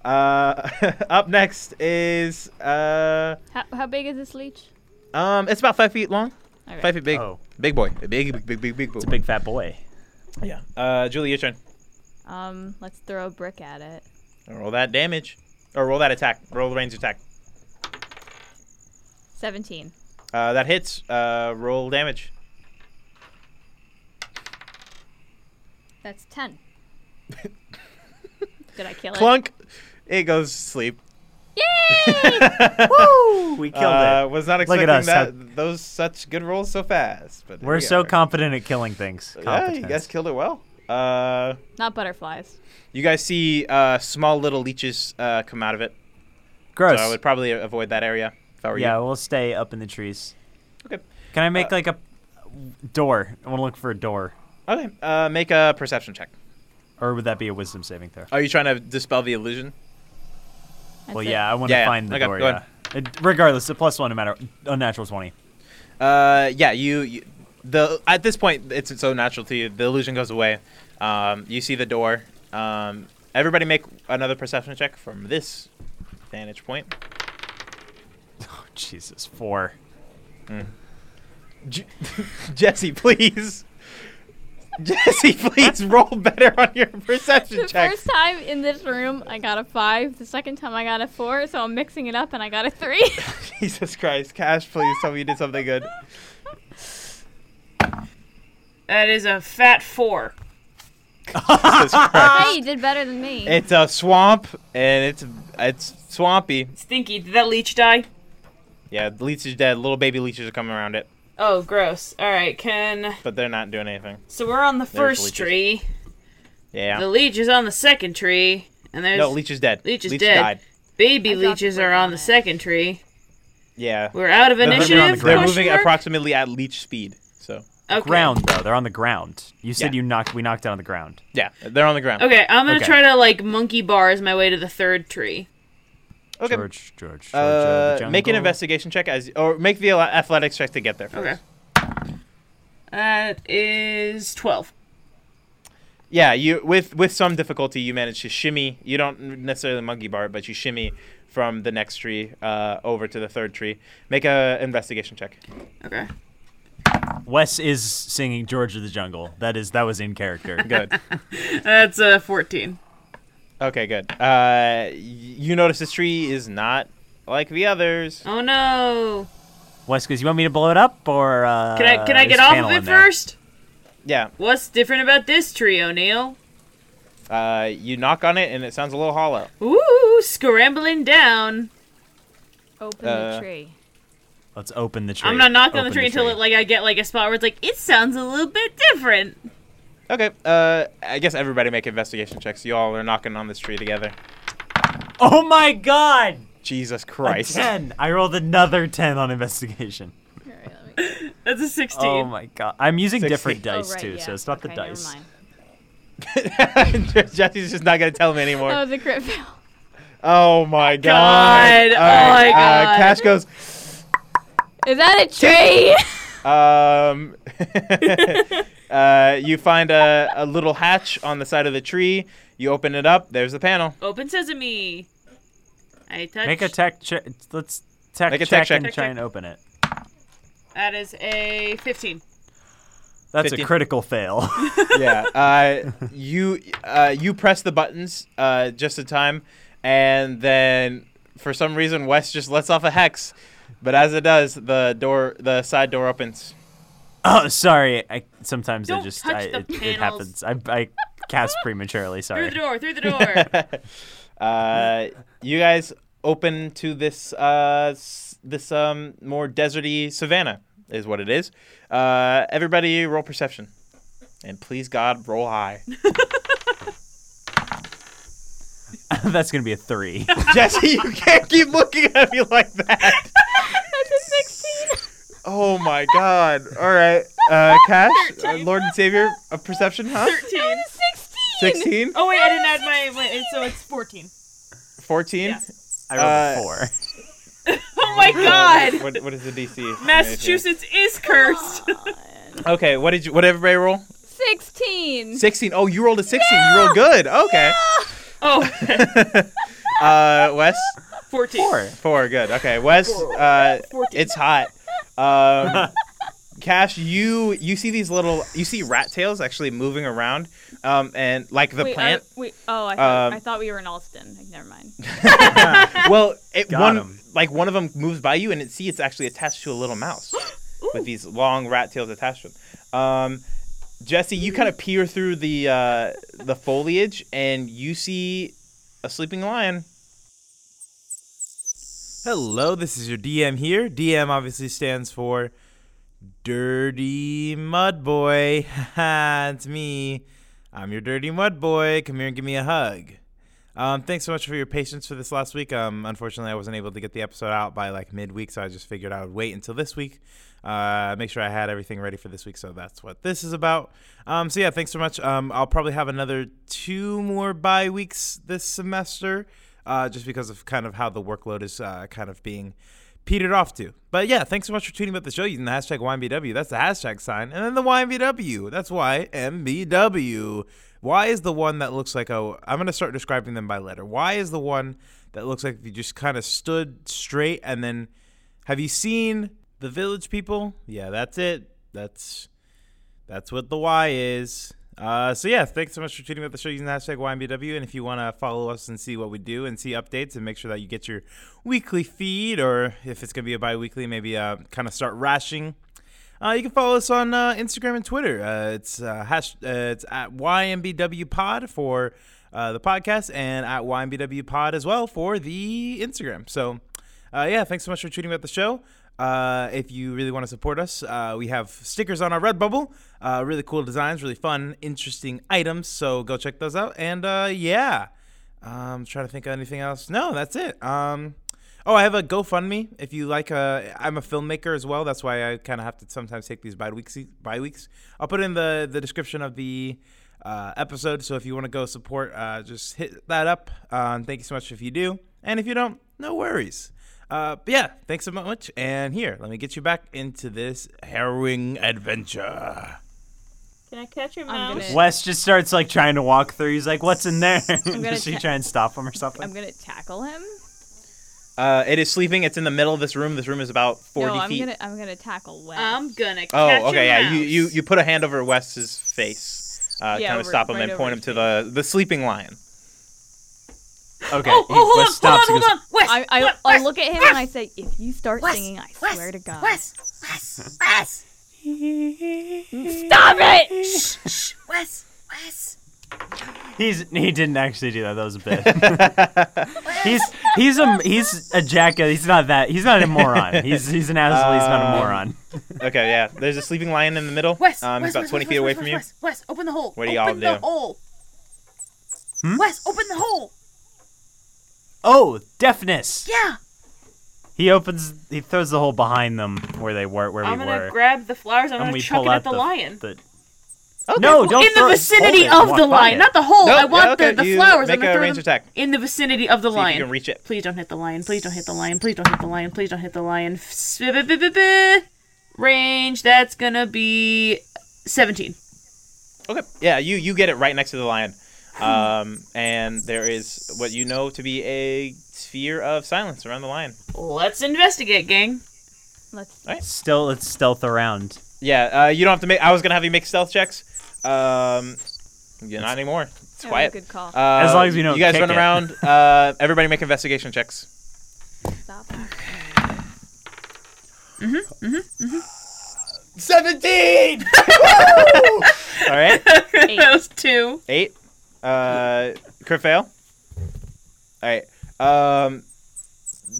Speaker 1: uh, up next is uh,
Speaker 5: How, how big is this leech?
Speaker 1: um, it's about five feet long,
Speaker 5: Okay.
Speaker 1: five feet big,
Speaker 2: Oh.
Speaker 1: big boy, A big, big, big, big, big boy.
Speaker 2: It's a big fat boy.
Speaker 1: yeah. Uh, Julie, your turn.
Speaker 5: Um, let's throw a brick at it.
Speaker 1: Roll that damage, or roll that attack. Roll the range attack.
Speaker 5: Seventeen.
Speaker 1: Uh, that hits. Uh, roll damage.
Speaker 5: That's ten. Did I kill it?
Speaker 1: Clunk. It goes to sleep.
Speaker 5: Yay!
Speaker 2: Woo! We killed
Speaker 1: Uh,
Speaker 2: it.
Speaker 1: was not
Speaker 2: Look
Speaker 1: expecting
Speaker 2: at us,
Speaker 1: that
Speaker 2: how-
Speaker 1: those such good rolls so fast. But here
Speaker 2: We're
Speaker 1: we
Speaker 2: so
Speaker 1: are.
Speaker 2: competent at killing things.
Speaker 1: Yeah, you
Speaker 2: Competence.
Speaker 1: guys killed it well. Uh,
Speaker 5: Not butterflies.
Speaker 1: You guys see uh, small little leeches uh, come out of it.
Speaker 2: Gross.
Speaker 1: So I would probably avoid that area if I were
Speaker 2: yeah,
Speaker 1: you.
Speaker 2: we'll stay up in the trees.
Speaker 1: Okay.
Speaker 2: Can I make
Speaker 1: Uh,
Speaker 2: like a door? I want to look for a door.
Speaker 1: Okay. Uh, make a perception check.
Speaker 2: Or would that be a wisdom saving throw?
Speaker 1: Are you trying to dispel the illusion?
Speaker 5: That's
Speaker 2: well,
Speaker 5: it.
Speaker 2: yeah, I want
Speaker 1: Yeah,
Speaker 2: to
Speaker 1: yeah.
Speaker 2: find the
Speaker 1: Okay,
Speaker 2: door.
Speaker 1: go
Speaker 2: Yeah. It- regardless, the plus one, no matter. Unnatural 20.
Speaker 1: Uh, yeah. You, you the at this point it's so natural to you. The illusion goes away. Um, you see the door. Um, everybody make another perception check from this vantage point.
Speaker 2: Oh, Jesus, four.
Speaker 1: J- Jesse, please. Jesse, please roll better on your perception
Speaker 5: The
Speaker 1: check.
Speaker 5: first time in this room, I got a five. The second time, I got a four. So I'm mixing it up, and I got a three.
Speaker 1: Jesus Christ, Cash, please tell me you did something good.
Speaker 3: That is a fat four.
Speaker 1: Jesus Christ.
Speaker 5: hey, you did better than me.
Speaker 1: It's a swamp, and it's it's swampy.
Speaker 3: Stinky, did that leech die?
Speaker 1: Yeah, the leech is dead. Little baby leeches are coming around it.
Speaker 3: Oh, gross. All right, can
Speaker 1: but they're not doing anything.
Speaker 3: so we're on the
Speaker 1: There's
Speaker 3: first
Speaker 1: leeches.
Speaker 3: tree.
Speaker 1: Yeah.
Speaker 3: The leech is on the second tree, and there's
Speaker 1: no, Leech is dead.
Speaker 3: Leech is
Speaker 1: Leech
Speaker 3: dead.
Speaker 1: died.
Speaker 3: baby
Speaker 5: I dropped
Speaker 3: leeches
Speaker 5: the
Speaker 3: are
Speaker 5: book
Speaker 3: on
Speaker 5: on
Speaker 3: the
Speaker 5: it.
Speaker 3: second tree.
Speaker 1: Yeah.
Speaker 3: We're out of
Speaker 2: They're moving on the
Speaker 3: initiative.
Speaker 1: They're
Speaker 2: ground.
Speaker 3: question
Speaker 1: moving
Speaker 3: mark?
Speaker 1: approximately at Leech speed. So
Speaker 3: Okay.
Speaker 2: Ground though, they're on the ground. You said
Speaker 1: Yeah.
Speaker 2: you knocked. We knocked it on the ground.
Speaker 1: yeah, they're on the ground.
Speaker 3: Okay, I'm gonna
Speaker 2: Okay.
Speaker 3: try to like monkey bars my way to the third tree.
Speaker 1: Okay.
Speaker 2: George, George, George.
Speaker 1: Uh,
Speaker 2: of the
Speaker 1: make an
Speaker 2: jungle.
Speaker 1: investigation check as or make the athletics check to get there. First.
Speaker 3: Okay. That is twelve.
Speaker 1: Yeah, you with with some difficulty you manage to shimmy. You don't necessarily monkey bar, but you shimmy from the next tree uh, over to the third tree. Make a investigation check.
Speaker 3: Okay.
Speaker 2: Wes is singing George of the Jungle. That is that was in character.
Speaker 1: Good.
Speaker 3: That's uh fourteen.
Speaker 1: okay, good. Uh, y- you notice this tree is not like the others.
Speaker 3: Oh no.
Speaker 2: Wes goes, "You want me to blow it up or uh,
Speaker 3: Can I can I
Speaker 2: there's
Speaker 3: get
Speaker 2: a
Speaker 3: off
Speaker 2: panel
Speaker 3: of it
Speaker 2: in there?"
Speaker 3: first?
Speaker 1: Yeah.
Speaker 3: What's different about this tree, O'Neill?
Speaker 1: Uh, you knock on it and it sounds a little hollow.
Speaker 3: Ooh, scrambling down.
Speaker 5: Open
Speaker 1: Uh,
Speaker 5: the tree.
Speaker 2: Let's open the tree.
Speaker 3: I'm gonna knock on the
Speaker 2: Open
Speaker 3: tree until it like I get like a spot where it's like it sounds a little bit different.
Speaker 1: Okay. Uh, I guess everybody make investigation checks. You all are knocking on this tree together.
Speaker 2: Oh my god!
Speaker 1: Jesus
Speaker 2: A
Speaker 1: Christ.
Speaker 2: ten. I rolled another ten on investigation.
Speaker 5: Alright, let me-
Speaker 3: That's a sixteen.
Speaker 2: Oh my god! I'm using
Speaker 1: 16.
Speaker 2: different dice
Speaker 5: Oh, right,
Speaker 2: too,
Speaker 5: yeah.
Speaker 2: so it's not
Speaker 5: Okay,
Speaker 2: the
Speaker 5: never
Speaker 2: dice.
Speaker 5: mind.
Speaker 1: Jesse's just not gonna tell me anymore.
Speaker 3: Uh,
Speaker 5: Oh, the crit fail.
Speaker 1: Oh my
Speaker 3: God.
Speaker 1: god.
Speaker 3: Oh
Speaker 1: All right,
Speaker 3: my
Speaker 1: Uh,
Speaker 3: God.
Speaker 1: Cash goes,
Speaker 5: Is that a tree?
Speaker 1: um, uh, you find a, a little hatch on the side of the tree. You open it up. There's the panel.
Speaker 3: Open sesame. I touch.
Speaker 2: Make a tech check. Let's tech
Speaker 1: Make a tech
Speaker 2: check
Speaker 1: check.
Speaker 2: and
Speaker 3: Tech
Speaker 2: try
Speaker 3: check.
Speaker 2: and open it.
Speaker 3: that is a fifteen.
Speaker 2: That's a
Speaker 1: 15.
Speaker 2: critical fail.
Speaker 1: yeah. Uh, you uh, you press the buttons uh, just in time, and then for some reason Wes just lets off a hex. But as it does, the door the side door opens.
Speaker 2: oh, sorry. I sometimes I
Speaker 3: Don't
Speaker 2: just
Speaker 3: touch
Speaker 2: I,
Speaker 3: the
Speaker 2: it, it
Speaker 3: panels.
Speaker 2: happens. I, I cast prematurely. Sorry.
Speaker 3: Through the door. Through the door.
Speaker 1: Uh, you guys open to this uh, s- this um, more deserty savannah is what it is. Uh, everybody roll perception, and please God roll high.
Speaker 2: That's gonna be a three.
Speaker 1: Jesse, you can't keep looking at me like that.
Speaker 5: That's a 16.
Speaker 1: Oh my God! All right, uh, Cash, uh, Lord and Savior of perception, huh?
Speaker 3: Thirteen.
Speaker 5: 16!
Speaker 1: Sixteen.
Speaker 3: Oh wait, I didn't add my wait, so it's fourteen.
Speaker 1: 14?
Speaker 3: Yeah.
Speaker 2: I rolled
Speaker 1: Uh,
Speaker 2: a four.
Speaker 3: Oh my
Speaker 1: Uh,
Speaker 3: god.
Speaker 1: what, what is the DC?
Speaker 3: Massachusetts is cursed.
Speaker 1: Okay, what did you? What did everybody roll?
Speaker 5: 16.
Speaker 1: Sixteen. Oh, you rolled a sixteen. You rolled good. Okay.
Speaker 3: Oh,
Speaker 1: Uh, Wes,
Speaker 3: 14.
Speaker 2: Four.
Speaker 1: Four, good. Okay, Wes, uh, it's hot. Um, Cash, you you see these little you see rat tails actually moving around, um, and like the
Speaker 5: wait,
Speaker 1: plant.
Speaker 5: Are, wait, oh, I thought,
Speaker 1: Um,
Speaker 5: I thought we were in Alston. Like, never mind.
Speaker 1: well, it,
Speaker 2: Got
Speaker 1: one
Speaker 2: 'em.
Speaker 1: like one of them moves by you, and it see it's actually attached to a little mouse with these long rat tails attached to them. Um, Jesse, you kind of peer through the uh, the foliage, and you see a sleeping lion.
Speaker 4: Hello, this is your DM here. DM obviously stands for Dirty Mud Boy. Haha, it's me. I'm your Dirty Mud Boy. Come here and give me a hug. Um, thanks so much for your patience for this last week. Um, unfortunately, I wasn't able to get the episode out by like midweek, so I just figured I would wait until this week. Uh, make sure I had everything ready for this week, so that's what this is about. Um, so yeah, thanks so much. Um, I'll probably have another two more bye weeks this semester, uh, just because of kind of how the workload is uh, kind of being petered off to. But yeah, thanks so much for tweeting about the show using the hashtag YMBW. That's the hashtag sign. And then the YMBW. That's YMBW. Y is the one that looks like a. I'm going to start describing them by letter. Y is the one that looks like if you just kind of stood straight and then. Have you seen The Village People? Yeah, that's it. That's that's what the Y is. Uh, so yeah, thanks so much for tuning with the show using the hashtag YMBW. And if you want to follow us and see what we do and see updates and make sure that you get your weekly feed, or if it's gonna be a bi-weekly, maybe uh, kind of start rashing. Uh, you can follow us on uh, Instagram and Twitter. Uh, it's uh, hash, uh, it's at YMBW Pod for uh, the podcast, and at YMBW Pod as well for the Instagram. So uh, yeah, thanks so much for tuning about the show. Uh, if you really want to support us, uh, we have stickers on our Redbubble. Uh, really cool designs, really fun, interesting items. So go check those out. And uh, yeah, um, trying to think of anything else. No, that's it. Um, oh, I have a GoFundMe. If you like, uh, I'm a filmmaker as well. That's why I kind of have to sometimes take these bi weeks. Bi weeks. I'll put it in the the description of the uh, episode. So if you want to go support, uh, just hit that up. Um, thank you so much if you do. And if you don't, no worries. Uh, but yeah, thanks so much. And here, let me get you back into this harrowing adventure.
Speaker 3: Can I catch your
Speaker 5: I'm
Speaker 3: mouse?
Speaker 5: gonna-
Speaker 2: Wes just starts like trying to walk through. He's like, "What's in there?" Does she
Speaker 5: ta-
Speaker 2: try and stop him or something?
Speaker 5: I'm gonna tackle him.
Speaker 1: Uh, it is sleeping. It's in the middle of this room. This room is about 40
Speaker 5: no, I'm
Speaker 1: feet.
Speaker 5: gonna I'm gonna tackle Wes.
Speaker 3: I'm gonna catch
Speaker 1: Oh, okay,
Speaker 3: your
Speaker 1: yeah. You,
Speaker 3: mouse.
Speaker 1: you you put a hand over Wes's face, uh,
Speaker 5: Yeah,
Speaker 1: kind of
Speaker 5: over-
Speaker 1: stop him
Speaker 5: right
Speaker 1: and
Speaker 5: over
Speaker 1: point him
Speaker 5: his
Speaker 1: to the the sleeping lion.
Speaker 2: okay.
Speaker 3: Oh,
Speaker 2: he-
Speaker 3: oh, hold
Speaker 2: Wes
Speaker 3: on, hold on,
Speaker 2: stops and
Speaker 3: hold
Speaker 2: goes,
Speaker 3: on, Wes.
Speaker 5: I, I,
Speaker 3: Wes,
Speaker 5: I
Speaker 3: Wes,
Speaker 5: look at him
Speaker 3: Wes,
Speaker 5: and I say, if you start
Speaker 3: Wes,
Speaker 5: singing, I
Speaker 3: Wes,
Speaker 5: swear to God.
Speaker 3: Wes, Wes, Wes,
Speaker 5: Stop it!
Speaker 3: Wes, Wes.
Speaker 2: He's he didn't actually do that. That was a bit. he's he's a he's a jackass. He's not that. He's not a moron. He's he's an asshole. He's not a
Speaker 1: Um,
Speaker 2: moron.
Speaker 1: Okay, yeah. There's a sleeping lion in the middle.
Speaker 3: Wes,
Speaker 1: um,
Speaker 3: Wes,
Speaker 1: he's about
Speaker 3: Wes,
Speaker 1: 20
Speaker 3: Wes,
Speaker 1: feet away
Speaker 3: Wes,
Speaker 1: from
Speaker 3: Wes,
Speaker 1: you.
Speaker 3: Wes, Wes, open the hole.
Speaker 1: What do y'all
Speaker 3: open the
Speaker 1: do?
Speaker 3: hole.
Speaker 2: Hmm?
Speaker 3: Wes, open the hole.
Speaker 2: Oh, deafness.
Speaker 3: Yeah.
Speaker 2: He opens. He throws the hole behind them where they were. Where
Speaker 3: I'm
Speaker 2: we
Speaker 3: gonna
Speaker 2: were.
Speaker 3: grab the flowers. I'm
Speaker 2: and
Speaker 3: gonna
Speaker 2: we
Speaker 3: chuck
Speaker 2: pull
Speaker 3: it
Speaker 2: out
Speaker 3: at the, lion.
Speaker 2: the- No,
Speaker 3: Well,
Speaker 2: don't
Speaker 3: Oh, in the
Speaker 2: throw it.
Speaker 3: vicinity
Speaker 2: Hold it.
Speaker 3: of
Speaker 2: I
Speaker 3: the
Speaker 2: want
Speaker 3: lion,
Speaker 2: it.
Speaker 3: not the hole.
Speaker 1: No,
Speaker 3: I want
Speaker 1: yeah, okay,
Speaker 3: the, the
Speaker 1: you
Speaker 3: flowers.
Speaker 1: make
Speaker 3: I'm gonna
Speaker 1: a
Speaker 3: throw
Speaker 1: range
Speaker 3: them
Speaker 1: attack.
Speaker 3: in the vicinity of the
Speaker 1: See if
Speaker 3: lion.
Speaker 1: you can reach it.
Speaker 3: Please don't hit the lion. Please don't hit the lion. Please don't hit the lion. Please don't hit the lion. F- b- b- b- b- Range. That's gonna be 17.
Speaker 1: Okay, yeah. You you get it right next to the lion, um, and there is what you know to be a sphere of silence around the lion.
Speaker 3: Let's investigate, gang.
Speaker 5: Let's
Speaker 2: Still, let's stealth around.
Speaker 1: Yeah, uh, you don't have to make. I was gonna have you make stealth checks. Um, yeah, not anymore. It's
Speaker 5: have
Speaker 1: quiet.
Speaker 5: a good call.
Speaker 1: Uh,
Speaker 2: As long as we don't
Speaker 1: You guys
Speaker 2: kick
Speaker 1: run
Speaker 2: it.
Speaker 1: around. Uh, everybody make investigation checks.
Speaker 5: Stop.
Speaker 1: 17! All right.
Speaker 5: Eight.
Speaker 3: That was two.
Speaker 1: Eight. Uh, crit fail. All right. Um,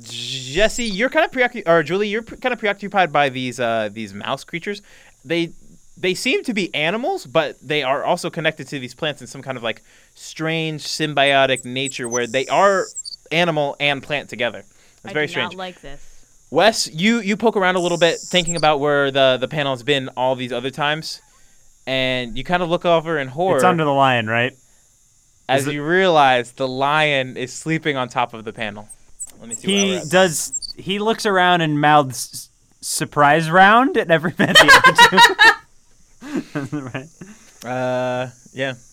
Speaker 1: Jesse, you're kind of preoccupied, or Julie, you're kind of preoccupied by these uh, these mouse creatures. They they seem to be animals, but they are also connected to these plants in some kind of like strange symbiotic nature where they are animal and plant together. It's
Speaker 5: I
Speaker 1: very
Speaker 5: do
Speaker 1: strange.
Speaker 5: not like this.
Speaker 1: Wes, you you poke around a little bit, thinking about where the the panel's been all these other times, and you kind of look over in horror
Speaker 2: It's under the lion, right?
Speaker 1: as
Speaker 2: is it-
Speaker 1: you realize the lion is sleeping on top of the panel. Let me see. where
Speaker 2: He
Speaker 1: we're at.
Speaker 2: does. He looks around and mouths s- "surprise round" at every at the other two. Right.
Speaker 1: Uh, yeah.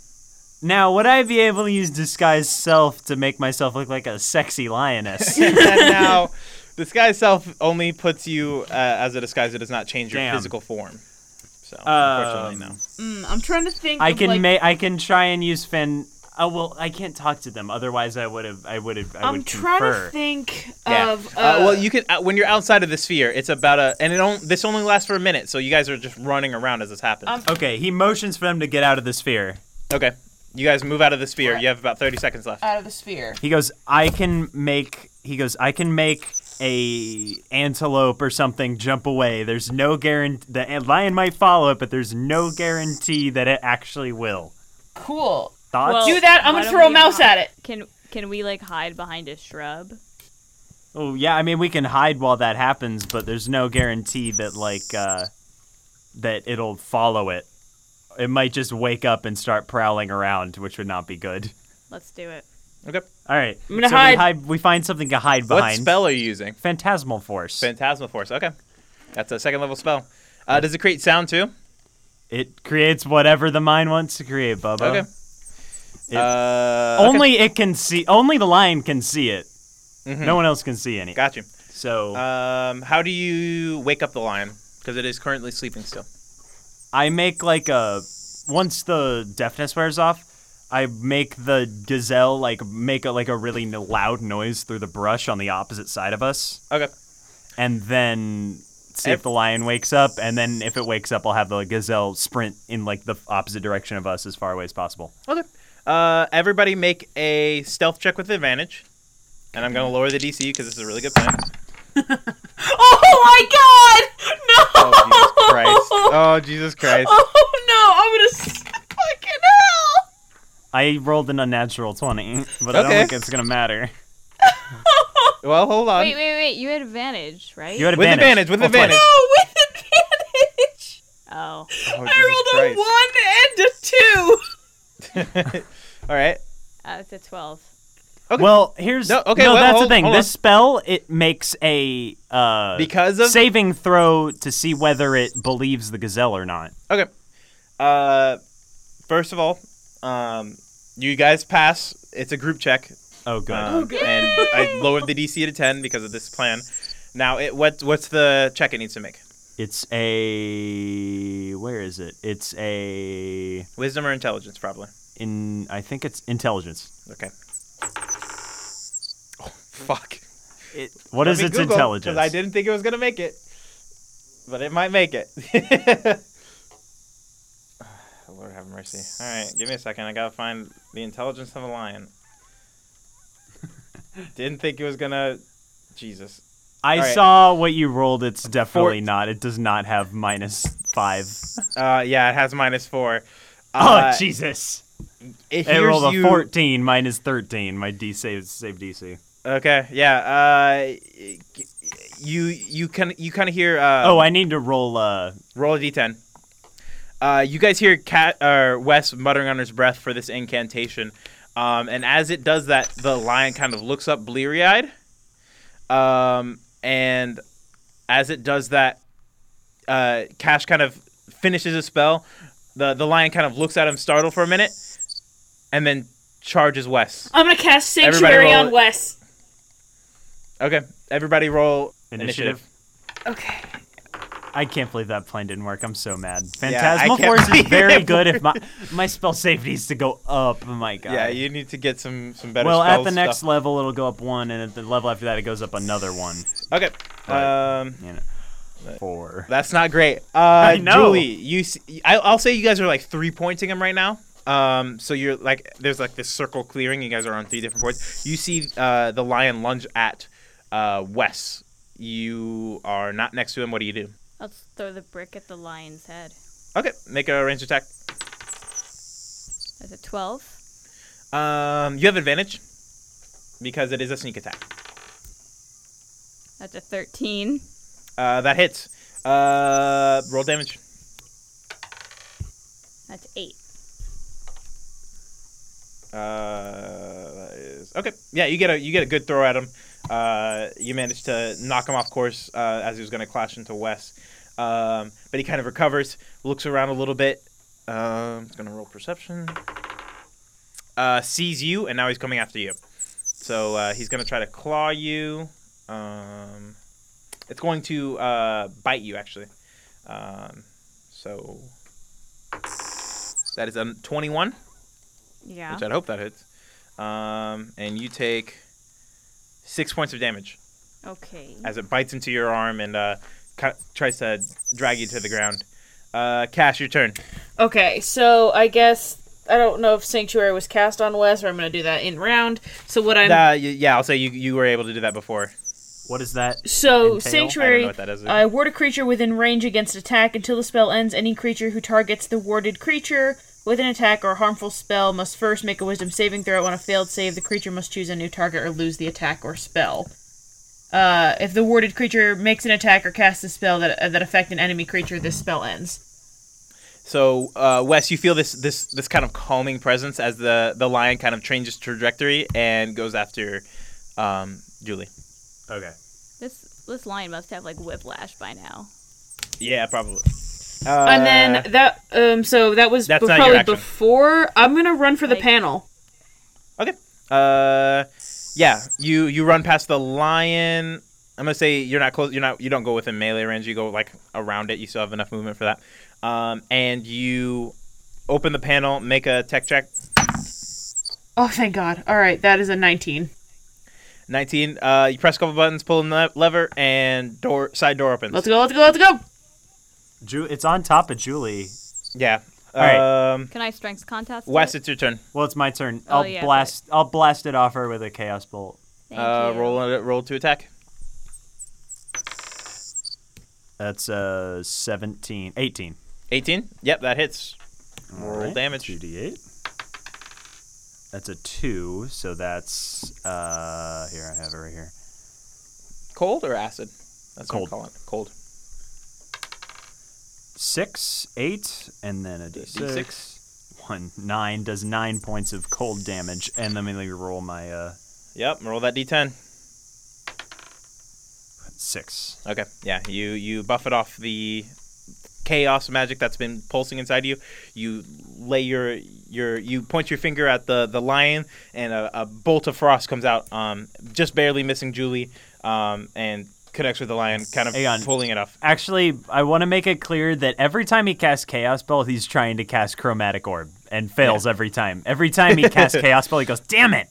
Speaker 2: Now, would I be able to use disguise self to make myself look like a sexy lioness?
Speaker 1: and now, disguise self only puts you uh, as a disguise. It does not change your
Speaker 2: Damn.
Speaker 1: physical form. So
Speaker 2: Um,
Speaker 1: unfortunately, no.
Speaker 3: Mm, I'm trying to think.
Speaker 2: I
Speaker 3: of,
Speaker 2: can
Speaker 3: like,
Speaker 2: make. I can try and use Finn. Oh well, I can't talk to them. Otherwise, I would have. I would have. I
Speaker 3: I'm
Speaker 2: would
Speaker 3: trying
Speaker 2: confer.
Speaker 3: to think
Speaker 1: Yeah.
Speaker 3: of. Uh,
Speaker 1: Uh, well, you can uh, when you're outside of the sphere. It's about a, and it don't. This only lasts for a minute, so you guys are just running around as this happens.
Speaker 3: Um,
Speaker 2: Okay, he motions for them to get out of the sphere.
Speaker 1: okay, you guys move out of the sphere. You have about 30 seconds left.
Speaker 3: out of the sphere.
Speaker 2: He goes, "I can make." He goes, "I can make a antelope or something jump away. There's no guarantee the a- lion might follow it, but there's no guarantee that it actually will."
Speaker 3: Cool.
Speaker 2: Thoughts?
Speaker 5: Well-
Speaker 3: Do that. I'm
Speaker 5: Why
Speaker 3: gonna
Speaker 5: don't
Speaker 3: throw a
Speaker 5: we
Speaker 3: mouse at
Speaker 5: not-
Speaker 3: it.
Speaker 5: Can can we like hide behind a shrub?
Speaker 2: oh yeah, I mean we can hide while that happens, but there's no guarantee that like uh, that it'll follow it. It might just wake up and start prowling around, which would not be good.
Speaker 5: Let's do it.
Speaker 1: Okay.
Speaker 2: All right,
Speaker 3: I'm gonna
Speaker 2: so We,
Speaker 3: hide.
Speaker 2: hide. we find something to hide
Speaker 1: What
Speaker 2: behind.
Speaker 1: spell are you using?
Speaker 2: Phantasmal force.
Speaker 1: Phantasmal Force. Okay, that's a second level spell. Uh, does it create sound too?
Speaker 2: it creates whatever the mind wants to create, Bubba.
Speaker 1: Okay.
Speaker 2: It-
Speaker 1: uh, okay.
Speaker 2: Only it can see. Only the lion can see it. No one else can see any.
Speaker 1: Mm-hmm. Got you.
Speaker 2: So
Speaker 1: Um, how do you wake up the lion? Because it is currently sleeping still.
Speaker 2: I make like a. Once the deafness wears off, I make the gazelle like make a, like a really n- loud noise through the brush on the opposite side of us,
Speaker 1: Okay.
Speaker 2: and then see
Speaker 1: Ev-
Speaker 2: if the lion wakes up. And then if it wakes up, I'll have the gazelle sprint in like the opposite direction of us as far away as possible.
Speaker 1: Okay. Uh, everybody make a stealth check with advantage. And I'm going to lower the DC because this is a really good plan.
Speaker 3: Oh my
Speaker 2: Oh,
Speaker 1: Oh, Jesus Oh, Christ.
Speaker 3: Oh no, I'm gonna s- fucking hell.
Speaker 2: I rolled an unnatural 20, but I don't
Speaker 1: Okay.
Speaker 2: think it's going to matter.
Speaker 1: Well, hold on.
Speaker 5: Wait, wait, wait. You had advantage, right?
Speaker 2: You had
Speaker 1: With
Speaker 2: advantage.
Speaker 1: advantage, with
Speaker 2: Roll twice.
Speaker 1: advantage.
Speaker 3: Oh, with advantage.
Speaker 5: Oh.
Speaker 1: Oh, Jesus
Speaker 3: I rolled a
Speaker 1: Christ.
Speaker 3: one and a two.
Speaker 1: All right.
Speaker 5: Uh, it's a 12.
Speaker 1: Okay.
Speaker 2: Well, here's
Speaker 1: No,
Speaker 2: no.
Speaker 1: okay, well,
Speaker 2: that's
Speaker 1: hold-
Speaker 2: the thing.
Speaker 1: hold
Speaker 2: This
Speaker 1: on.
Speaker 2: spell it makes a uh,
Speaker 1: Because of
Speaker 2: saving throw to see whether it believes the gazelle or not.
Speaker 1: Okay. Uh, first of all, um, you guys pass. It's a group check.
Speaker 2: Oh god.
Speaker 1: Um, and I lowered the DC to ten because of this plan. Now, it what what's the check it needs to make?
Speaker 2: it's a where is it? It's a
Speaker 1: Wisdom or intelligence, probably.
Speaker 2: in I think it's intelligence.
Speaker 1: Okay. Oh, fuck.
Speaker 2: It, what is its intelligence?
Speaker 1: I didn't think it was gonna make it, but it might make it. Lord have mercy. All right, give me a second. I gotta find the intelligence of a lion. didn't think it was gonna. Jesus.
Speaker 2: I
Speaker 1: All right.
Speaker 2: saw what you rolled. It's definitely not. It does not have minus five.
Speaker 1: Uh, yeah, it has minus four.
Speaker 2: oh Jesus!
Speaker 1: It
Speaker 2: I
Speaker 1: hears
Speaker 2: rolled a
Speaker 1: Uh, you-
Speaker 2: fourteen minus thirteen. My D save save DC.
Speaker 1: Okay, yeah. Uh, you you can you kind of hear. Uh,
Speaker 2: oh, I need to roll. Uh,
Speaker 1: Roll a d10. Uh, you guys hear Cat or Wes muttering under his breath for this incantation, um, and as it does that, the lion kind of looks up bleary-eyed, um, and as it does that, uh, Cash kind of finishes his spell. the The lion kind of looks at him startled for a minute, and then charges Wes.
Speaker 3: I'm gonna cast
Speaker 1: Everybody
Speaker 3: Sanctuary
Speaker 1: roll
Speaker 3: on
Speaker 1: it.
Speaker 3: Wes.
Speaker 1: Okay, everybody roll
Speaker 2: initiative.
Speaker 3: Okay.
Speaker 2: I can't believe that plan didn't work. I'm so mad.
Speaker 1: Yeah, I
Speaker 2: Phantasmal
Speaker 1: can't
Speaker 2: Force is
Speaker 1: believe
Speaker 2: very
Speaker 1: it
Speaker 2: good. If my my spell save needs to go up, oh my god.
Speaker 1: Yeah, you need to get some some better.
Speaker 2: well, at
Speaker 1: spell
Speaker 2: the next
Speaker 1: stuff.
Speaker 2: level, it'll go up one, and at the level after that, it goes up another one.
Speaker 1: Okay. Um,
Speaker 2: You know, four.
Speaker 1: That's not great. Uh,
Speaker 2: know.
Speaker 1: Julie, you, s- I, will say you guys are like three pointing him right now. Um, so you're like, there's like this circle clearing. You guys are on three different boards. You see uh, the lion lunge at uh, Wes. You are not next to him. What do you do?
Speaker 5: I'll just throw the brick at the lion's head.
Speaker 1: Okay, make a range attack.
Speaker 5: That's a 12.
Speaker 1: Um, you have advantage because it is a sneak attack.
Speaker 5: That's a 13.
Speaker 1: Uh, that hits. Uh, roll damage.
Speaker 5: That's 8.
Speaker 1: Uh, is- okay. Yeah, you get a you get a good throw at him. Uh, you manage to knock him off course uh, as he was going to clash into Wes, um, but he kind of recovers, looks around a little bit. Um, he's going to roll perception. Uh, sees you, and now he's coming after you. So uh, he's going to try to claw you. Um, it's going to uh, bite you actually. Um, so that is a twenty-one
Speaker 5: Yeah.
Speaker 1: which I'd hope that hits. Um, and you take six points of damage
Speaker 5: Okay.
Speaker 1: as it bites into your arm and uh, ki- tries to drag you to the ground. Uh, Cash, your turn.
Speaker 3: Okay, so I guess I don't know if Sanctuary was cast on Wes, or I'm gonna do that in round. So what I'm
Speaker 1: Uh, y- yeah, I'll say you, you were able to do that before.
Speaker 2: What is that?
Speaker 3: so
Speaker 2: entail?
Speaker 1: I don't know
Speaker 3: Sanctuary.
Speaker 1: what that is.
Speaker 3: I ward a creature within range against attack until the spell ends. Any creature who targets the warded creature with an attack or harmful spell must first make a Wisdom saving throw. On a failed save, the creature must choose a new target or lose the attack or spell. Uh, if the warded creature makes an attack or casts a spell that uh, that affect an enemy creature, this spell ends.
Speaker 1: So, uh, Wes, you feel this this this kind of calming presence as the the lion kind of changes trajectory and goes after um, Julie.
Speaker 2: Okay.
Speaker 5: This this lion must have like whiplash by now.
Speaker 1: Yeah, probably.
Speaker 3: and
Speaker 1: Uh,
Speaker 3: then that um, so that was
Speaker 1: That's
Speaker 3: be-
Speaker 1: not your
Speaker 3: probably
Speaker 1: action.
Speaker 3: before. I'm gonna run for the panel.
Speaker 1: Okay. Uh, yeah. You you run past the lion. I'm gonna say you're not close. You're not. You don't go within melee range. You go like around it. You still have enough movement for that. Um, and you open the panel. Make a tech check.
Speaker 3: Oh, thank God! All right, that is a 19.
Speaker 1: 19. Uh, you press a couple buttons, pull the lever, and door side door opens.
Speaker 3: Let's go! Let's go! Let's go!
Speaker 2: Ju- it's on top of Julie.
Speaker 1: Yeah.
Speaker 2: All right.
Speaker 1: Um,
Speaker 5: Can I strength contest?
Speaker 1: Wes,
Speaker 5: it?
Speaker 1: it's your turn.
Speaker 2: Well, it's my turn.
Speaker 5: Oh,
Speaker 2: I'll
Speaker 5: yeah,
Speaker 2: blast. I'll blast it off her with a chaos bolt.
Speaker 5: Thank
Speaker 1: Uh,
Speaker 5: you.
Speaker 1: roll it. Roll to attack.
Speaker 2: That's uh 17, 18.
Speaker 1: 18? Yep, that hits.
Speaker 2: All
Speaker 1: Roll damage.
Speaker 2: 2d8. That's a 2, so that's. uh Here, I have it right here.
Speaker 1: Cold or acid? That's
Speaker 2: Cold.
Speaker 1: what I'm calling it. Cold.
Speaker 2: 6, 8, and then a d6. One, 9 does 9 points of cold damage. And let me let me roll my uh,
Speaker 1: Yep, roll that d10.
Speaker 2: 6.
Speaker 1: Okay, yeah, you you buff it off the chaos magic that's been pulsing inside you. You lay your your you point your finger at the the lion, and a, a bolt of frost comes out, um, just barely missing Julie, um, and connects with the lion, kind of
Speaker 2: Hang on.
Speaker 1: pulling it off.
Speaker 2: Actually, I want to make it clear that every time he casts Chaos Ball, he's trying to cast Chromatic Orb and fails every time. Every time he casts Chaos Ball, he goes, damn it!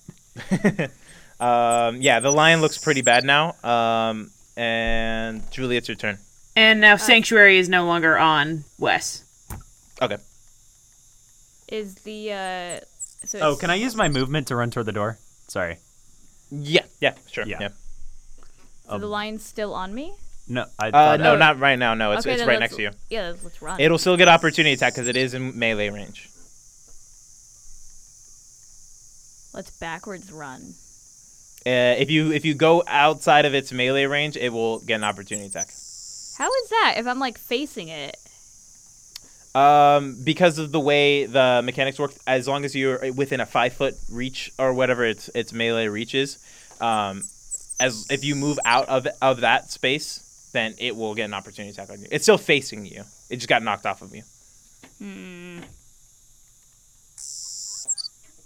Speaker 1: Um, yeah, the lion looks pretty bad now. Um, and Julie, it's your turn.
Speaker 3: And now Sanctuary is no longer on Wes.
Speaker 1: Okay.
Speaker 5: Is the uh so
Speaker 2: Oh,
Speaker 5: it's-
Speaker 2: can I use my movement to run toward the door? Sorry.
Speaker 1: Yeah, yeah, sure.
Speaker 2: Yeah.
Speaker 1: Yeah.
Speaker 5: so the line's still on me?
Speaker 2: No, I
Speaker 1: Uh,
Speaker 2: thought
Speaker 1: no,
Speaker 5: Oh.
Speaker 1: not right now. No, it's,
Speaker 5: okay,
Speaker 1: it's
Speaker 5: then
Speaker 1: right
Speaker 5: let's-
Speaker 1: next to you.
Speaker 5: Yeah, let's, let's run.
Speaker 1: It'll still get opportunity attack because it is in melee range.
Speaker 5: let's backwards run.
Speaker 1: Uh, if you if you go outside of its melee range, it will get an opportunity attack.
Speaker 5: How is that if I'm like facing it?
Speaker 1: Um, because of the way the mechanics work, as long as you're within a five foot reach or whatever its its melee reaches, um, as if you move out of of that space, then it will get an opportunity attack on you. It's still facing you. It just got knocked off of you.
Speaker 5: Hmm.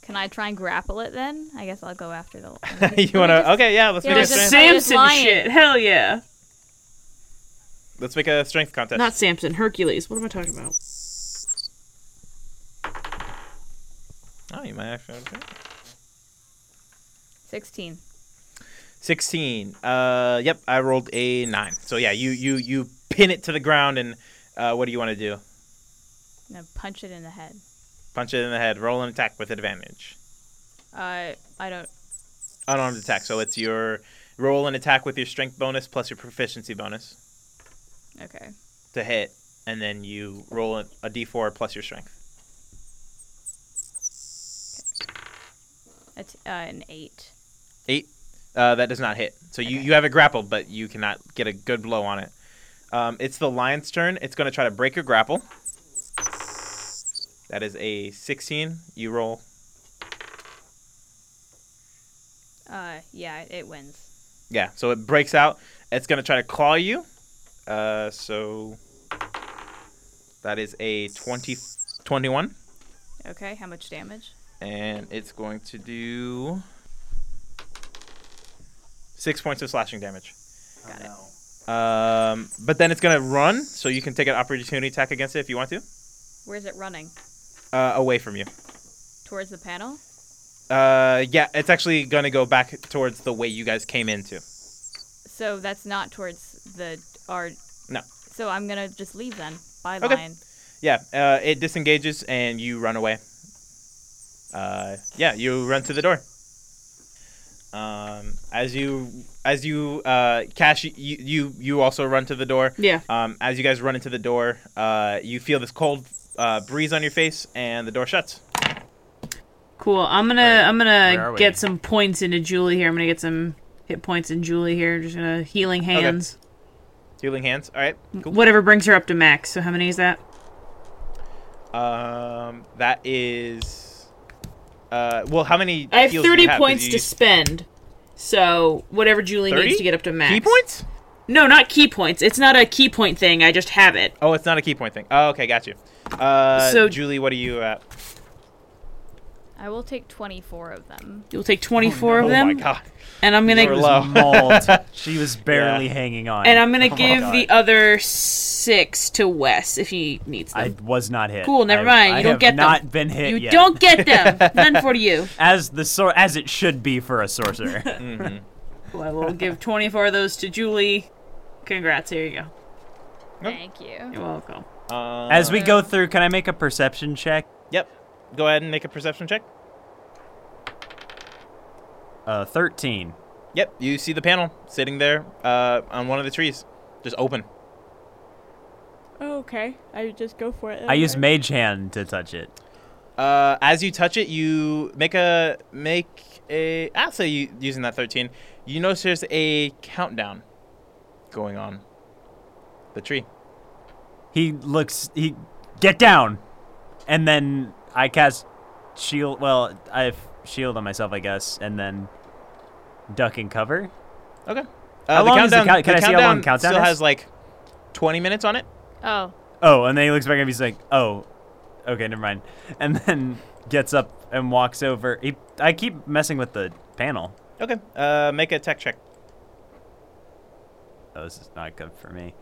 Speaker 5: Can I try and grapple it then? I guess I'll go after the
Speaker 1: you wanna? Okay, yeah. Let's
Speaker 5: Yeah,
Speaker 1: make a
Speaker 5: it's just-
Speaker 1: strength.
Speaker 3: Samson
Speaker 5: Samson lion.
Speaker 3: shit.
Speaker 5: shit.
Speaker 3: Hell yeah.
Speaker 1: Let's make a strength contest.
Speaker 3: Not Samson, Hercules. What am I talking about?
Speaker 1: oh, you might actually. okay.
Speaker 5: 16.
Speaker 1: 16 uh yep i rolled a 9 so yeah you you you pin it to the ground and uh what do you want to do
Speaker 5: I'm gonna punch it in the head.
Speaker 1: punch it in the head roll an attack with advantage
Speaker 5: Uh, I don't.
Speaker 1: unarmed attack so it's your roll an attack with your strength bonus plus your proficiency bonus
Speaker 5: Okay.
Speaker 1: to hit and then you roll a, a d4 plus your strength
Speaker 5: That's uh, an eight.
Speaker 1: 8 uh that does not hit so you you have it grappled but you cannot get a good blow on it um it's the lion's turn it's going to try to break your grapple that is a 16 you roll
Speaker 5: Uh, yeah, it wins.
Speaker 1: Yeah, so it breaks out. It's gonna try to claw you. Uh, so that is a 20, 21.
Speaker 5: Okay, how much damage?
Speaker 1: and it's going to do six points of slashing damage.
Speaker 5: Got it.
Speaker 1: Um, but then it's gonna run, so you can take an opportunity attack against it if you want to,
Speaker 5: Where's it running?
Speaker 1: uh, away from you.
Speaker 5: Towards the panel?
Speaker 1: Uh, yeah, it's actually gonna go back towards the way you guys came into.
Speaker 5: So that's not towards the our.
Speaker 1: No.
Speaker 5: So I'm gonna just leave then. Bye,
Speaker 1: Okay.
Speaker 5: lion.
Speaker 1: Yeah, uh, it disengages and you run away. Uh, yeah, you run to the door. Um, as you as you uh, cash you, you you also run to the door.
Speaker 3: Yeah.
Speaker 1: Um, as you guys run into the door, uh, you feel this cold uh, breeze on your face, and the door shuts.
Speaker 3: Cool. I'm gonna I'm
Speaker 2: Where are
Speaker 3: gonna
Speaker 2: we?
Speaker 3: get some points into Julie here. I'm gonna get some hit points in Julie here. Just gonna healing hands.
Speaker 1: Healing hands. All right, cool.
Speaker 3: Whatever brings her up to max. So how many is that? Mm-hmm.
Speaker 1: Um, that is. Uh, well, how many?
Speaker 3: I have
Speaker 1: heals do you
Speaker 3: thirty
Speaker 1: 'Cause
Speaker 3: points
Speaker 1: you
Speaker 3: to
Speaker 1: used
Speaker 3: spend. So whatever Julie
Speaker 1: 30?
Speaker 3: needs to get up to max.
Speaker 1: Key points?
Speaker 3: No, not key points. It's not a key point thing. I just have it.
Speaker 1: Oh, it's not a key point thing. Oh, okay, got you. Uh,
Speaker 3: So-
Speaker 1: Julie, what are you at?
Speaker 5: I will take 24 of them.
Speaker 3: You'll take twenty four
Speaker 1: Oh
Speaker 3: of them.
Speaker 1: my god.
Speaker 3: And I'm
Speaker 1: You're
Speaker 3: gonna
Speaker 1: low.
Speaker 2: Mauled. she was barely hanging on. Oh
Speaker 3: and I'm gonna give
Speaker 2: God.
Speaker 3: the other six to Wes if he needs them.
Speaker 2: I was not hit.
Speaker 3: Cool, never
Speaker 2: I-
Speaker 3: mind.
Speaker 2: I
Speaker 3: You don't
Speaker 2: have
Speaker 3: get them.
Speaker 2: not been hit
Speaker 3: you
Speaker 2: yet.
Speaker 3: don't get them. None for you.
Speaker 2: as the sor- as it should be for a sorcerer.
Speaker 3: Well, I will give 24 of those to Julie. Congrats. Here you go.
Speaker 5: Thank you.
Speaker 3: You're welcome.
Speaker 1: Uh,
Speaker 2: as we go through, can I make a perception check?
Speaker 1: Yep. Go ahead and make a perception check.
Speaker 2: Uh, thirteen.
Speaker 1: Yep. You see the panel sitting there uh, on one of the trees, just open.
Speaker 6: Oh, okay. I would just go for it.
Speaker 2: I use Mage Hand to touch it.
Speaker 1: Uh, as you touch it, you make a make a. I'll say you using that thirteen. You notice there's a countdown going on the tree.
Speaker 2: He looks. He get down, and then I cast shield. Well, I've shield on myself, I guess, and then duck and cover.
Speaker 1: Okay. Uh,
Speaker 2: How long is the count- can I see how
Speaker 1: countdown
Speaker 2: long countdown
Speaker 1: still
Speaker 2: is?
Speaker 1: has like twenty minutes on it.
Speaker 5: Oh,
Speaker 2: Oh, and then he looks back and he's like, "Oh, okay, never mind." And then gets up and walks over. He, I keep messing with the panel.
Speaker 1: Okay. Uh, make a tech check.
Speaker 2: Oh, this is not good for me.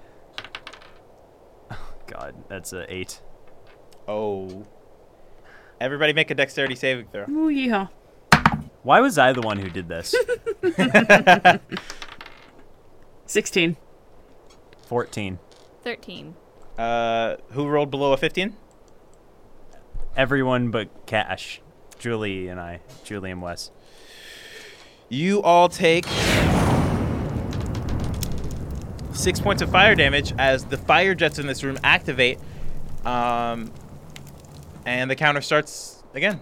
Speaker 2: Oh God, that's a eight.
Speaker 1: Oh. Everybody make a dexterity saving throw.
Speaker 3: Ooh, yeehaw.
Speaker 2: Why was I the one who did this?
Speaker 3: 16.
Speaker 2: Fourteen.
Speaker 5: 13.
Speaker 1: Uh, who rolled below a fifteen?
Speaker 2: Everyone but Cash, Julie, and I. Julie and Wes.
Speaker 1: You all take six points of fire damage as the fire jets in this room activate, um, and the counter starts again,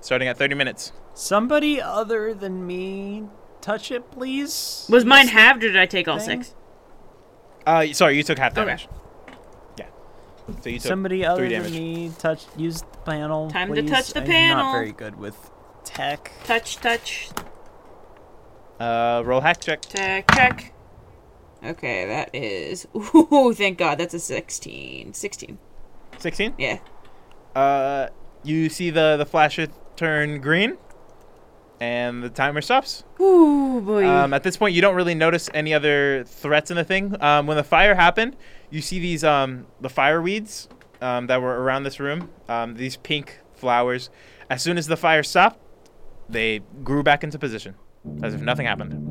Speaker 1: starting at 30 minutes.
Speaker 2: Somebody other than me touch it, please.
Speaker 3: Was mine halved or did I take all
Speaker 2: Thing?
Speaker 3: six?
Speaker 1: Uh, y- sorry, you took half
Speaker 3: Okay.
Speaker 1: damage. Yeah. So you took
Speaker 2: Somebody other
Speaker 1: three damage.
Speaker 2: than me touch use the panel.
Speaker 3: Time to
Speaker 2: please.
Speaker 3: touch the
Speaker 2: I'm
Speaker 3: panel.
Speaker 2: Not very good with tech.
Speaker 3: Touch, touch,
Speaker 1: Uh, roll hack check.
Speaker 3: check, check. Okay, that is. Ooh, thank God, that's a 16. 16.
Speaker 1: 16.
Speaker 3: Yeah.
Speaker 1: Uh, you see the the flasher turn green, and the timer stops.
Speaker 3: Ooh, boy.
Speaker 2: Uh,
Speaker 1: Um, at this point, you don't really notice any other threats in the thing. Um, when the fire happened, you see these um, the fire weeds um, that were around this room. Um, these pink flowers. As soon as the fire stopped, they grew back into position, as if nothing happened.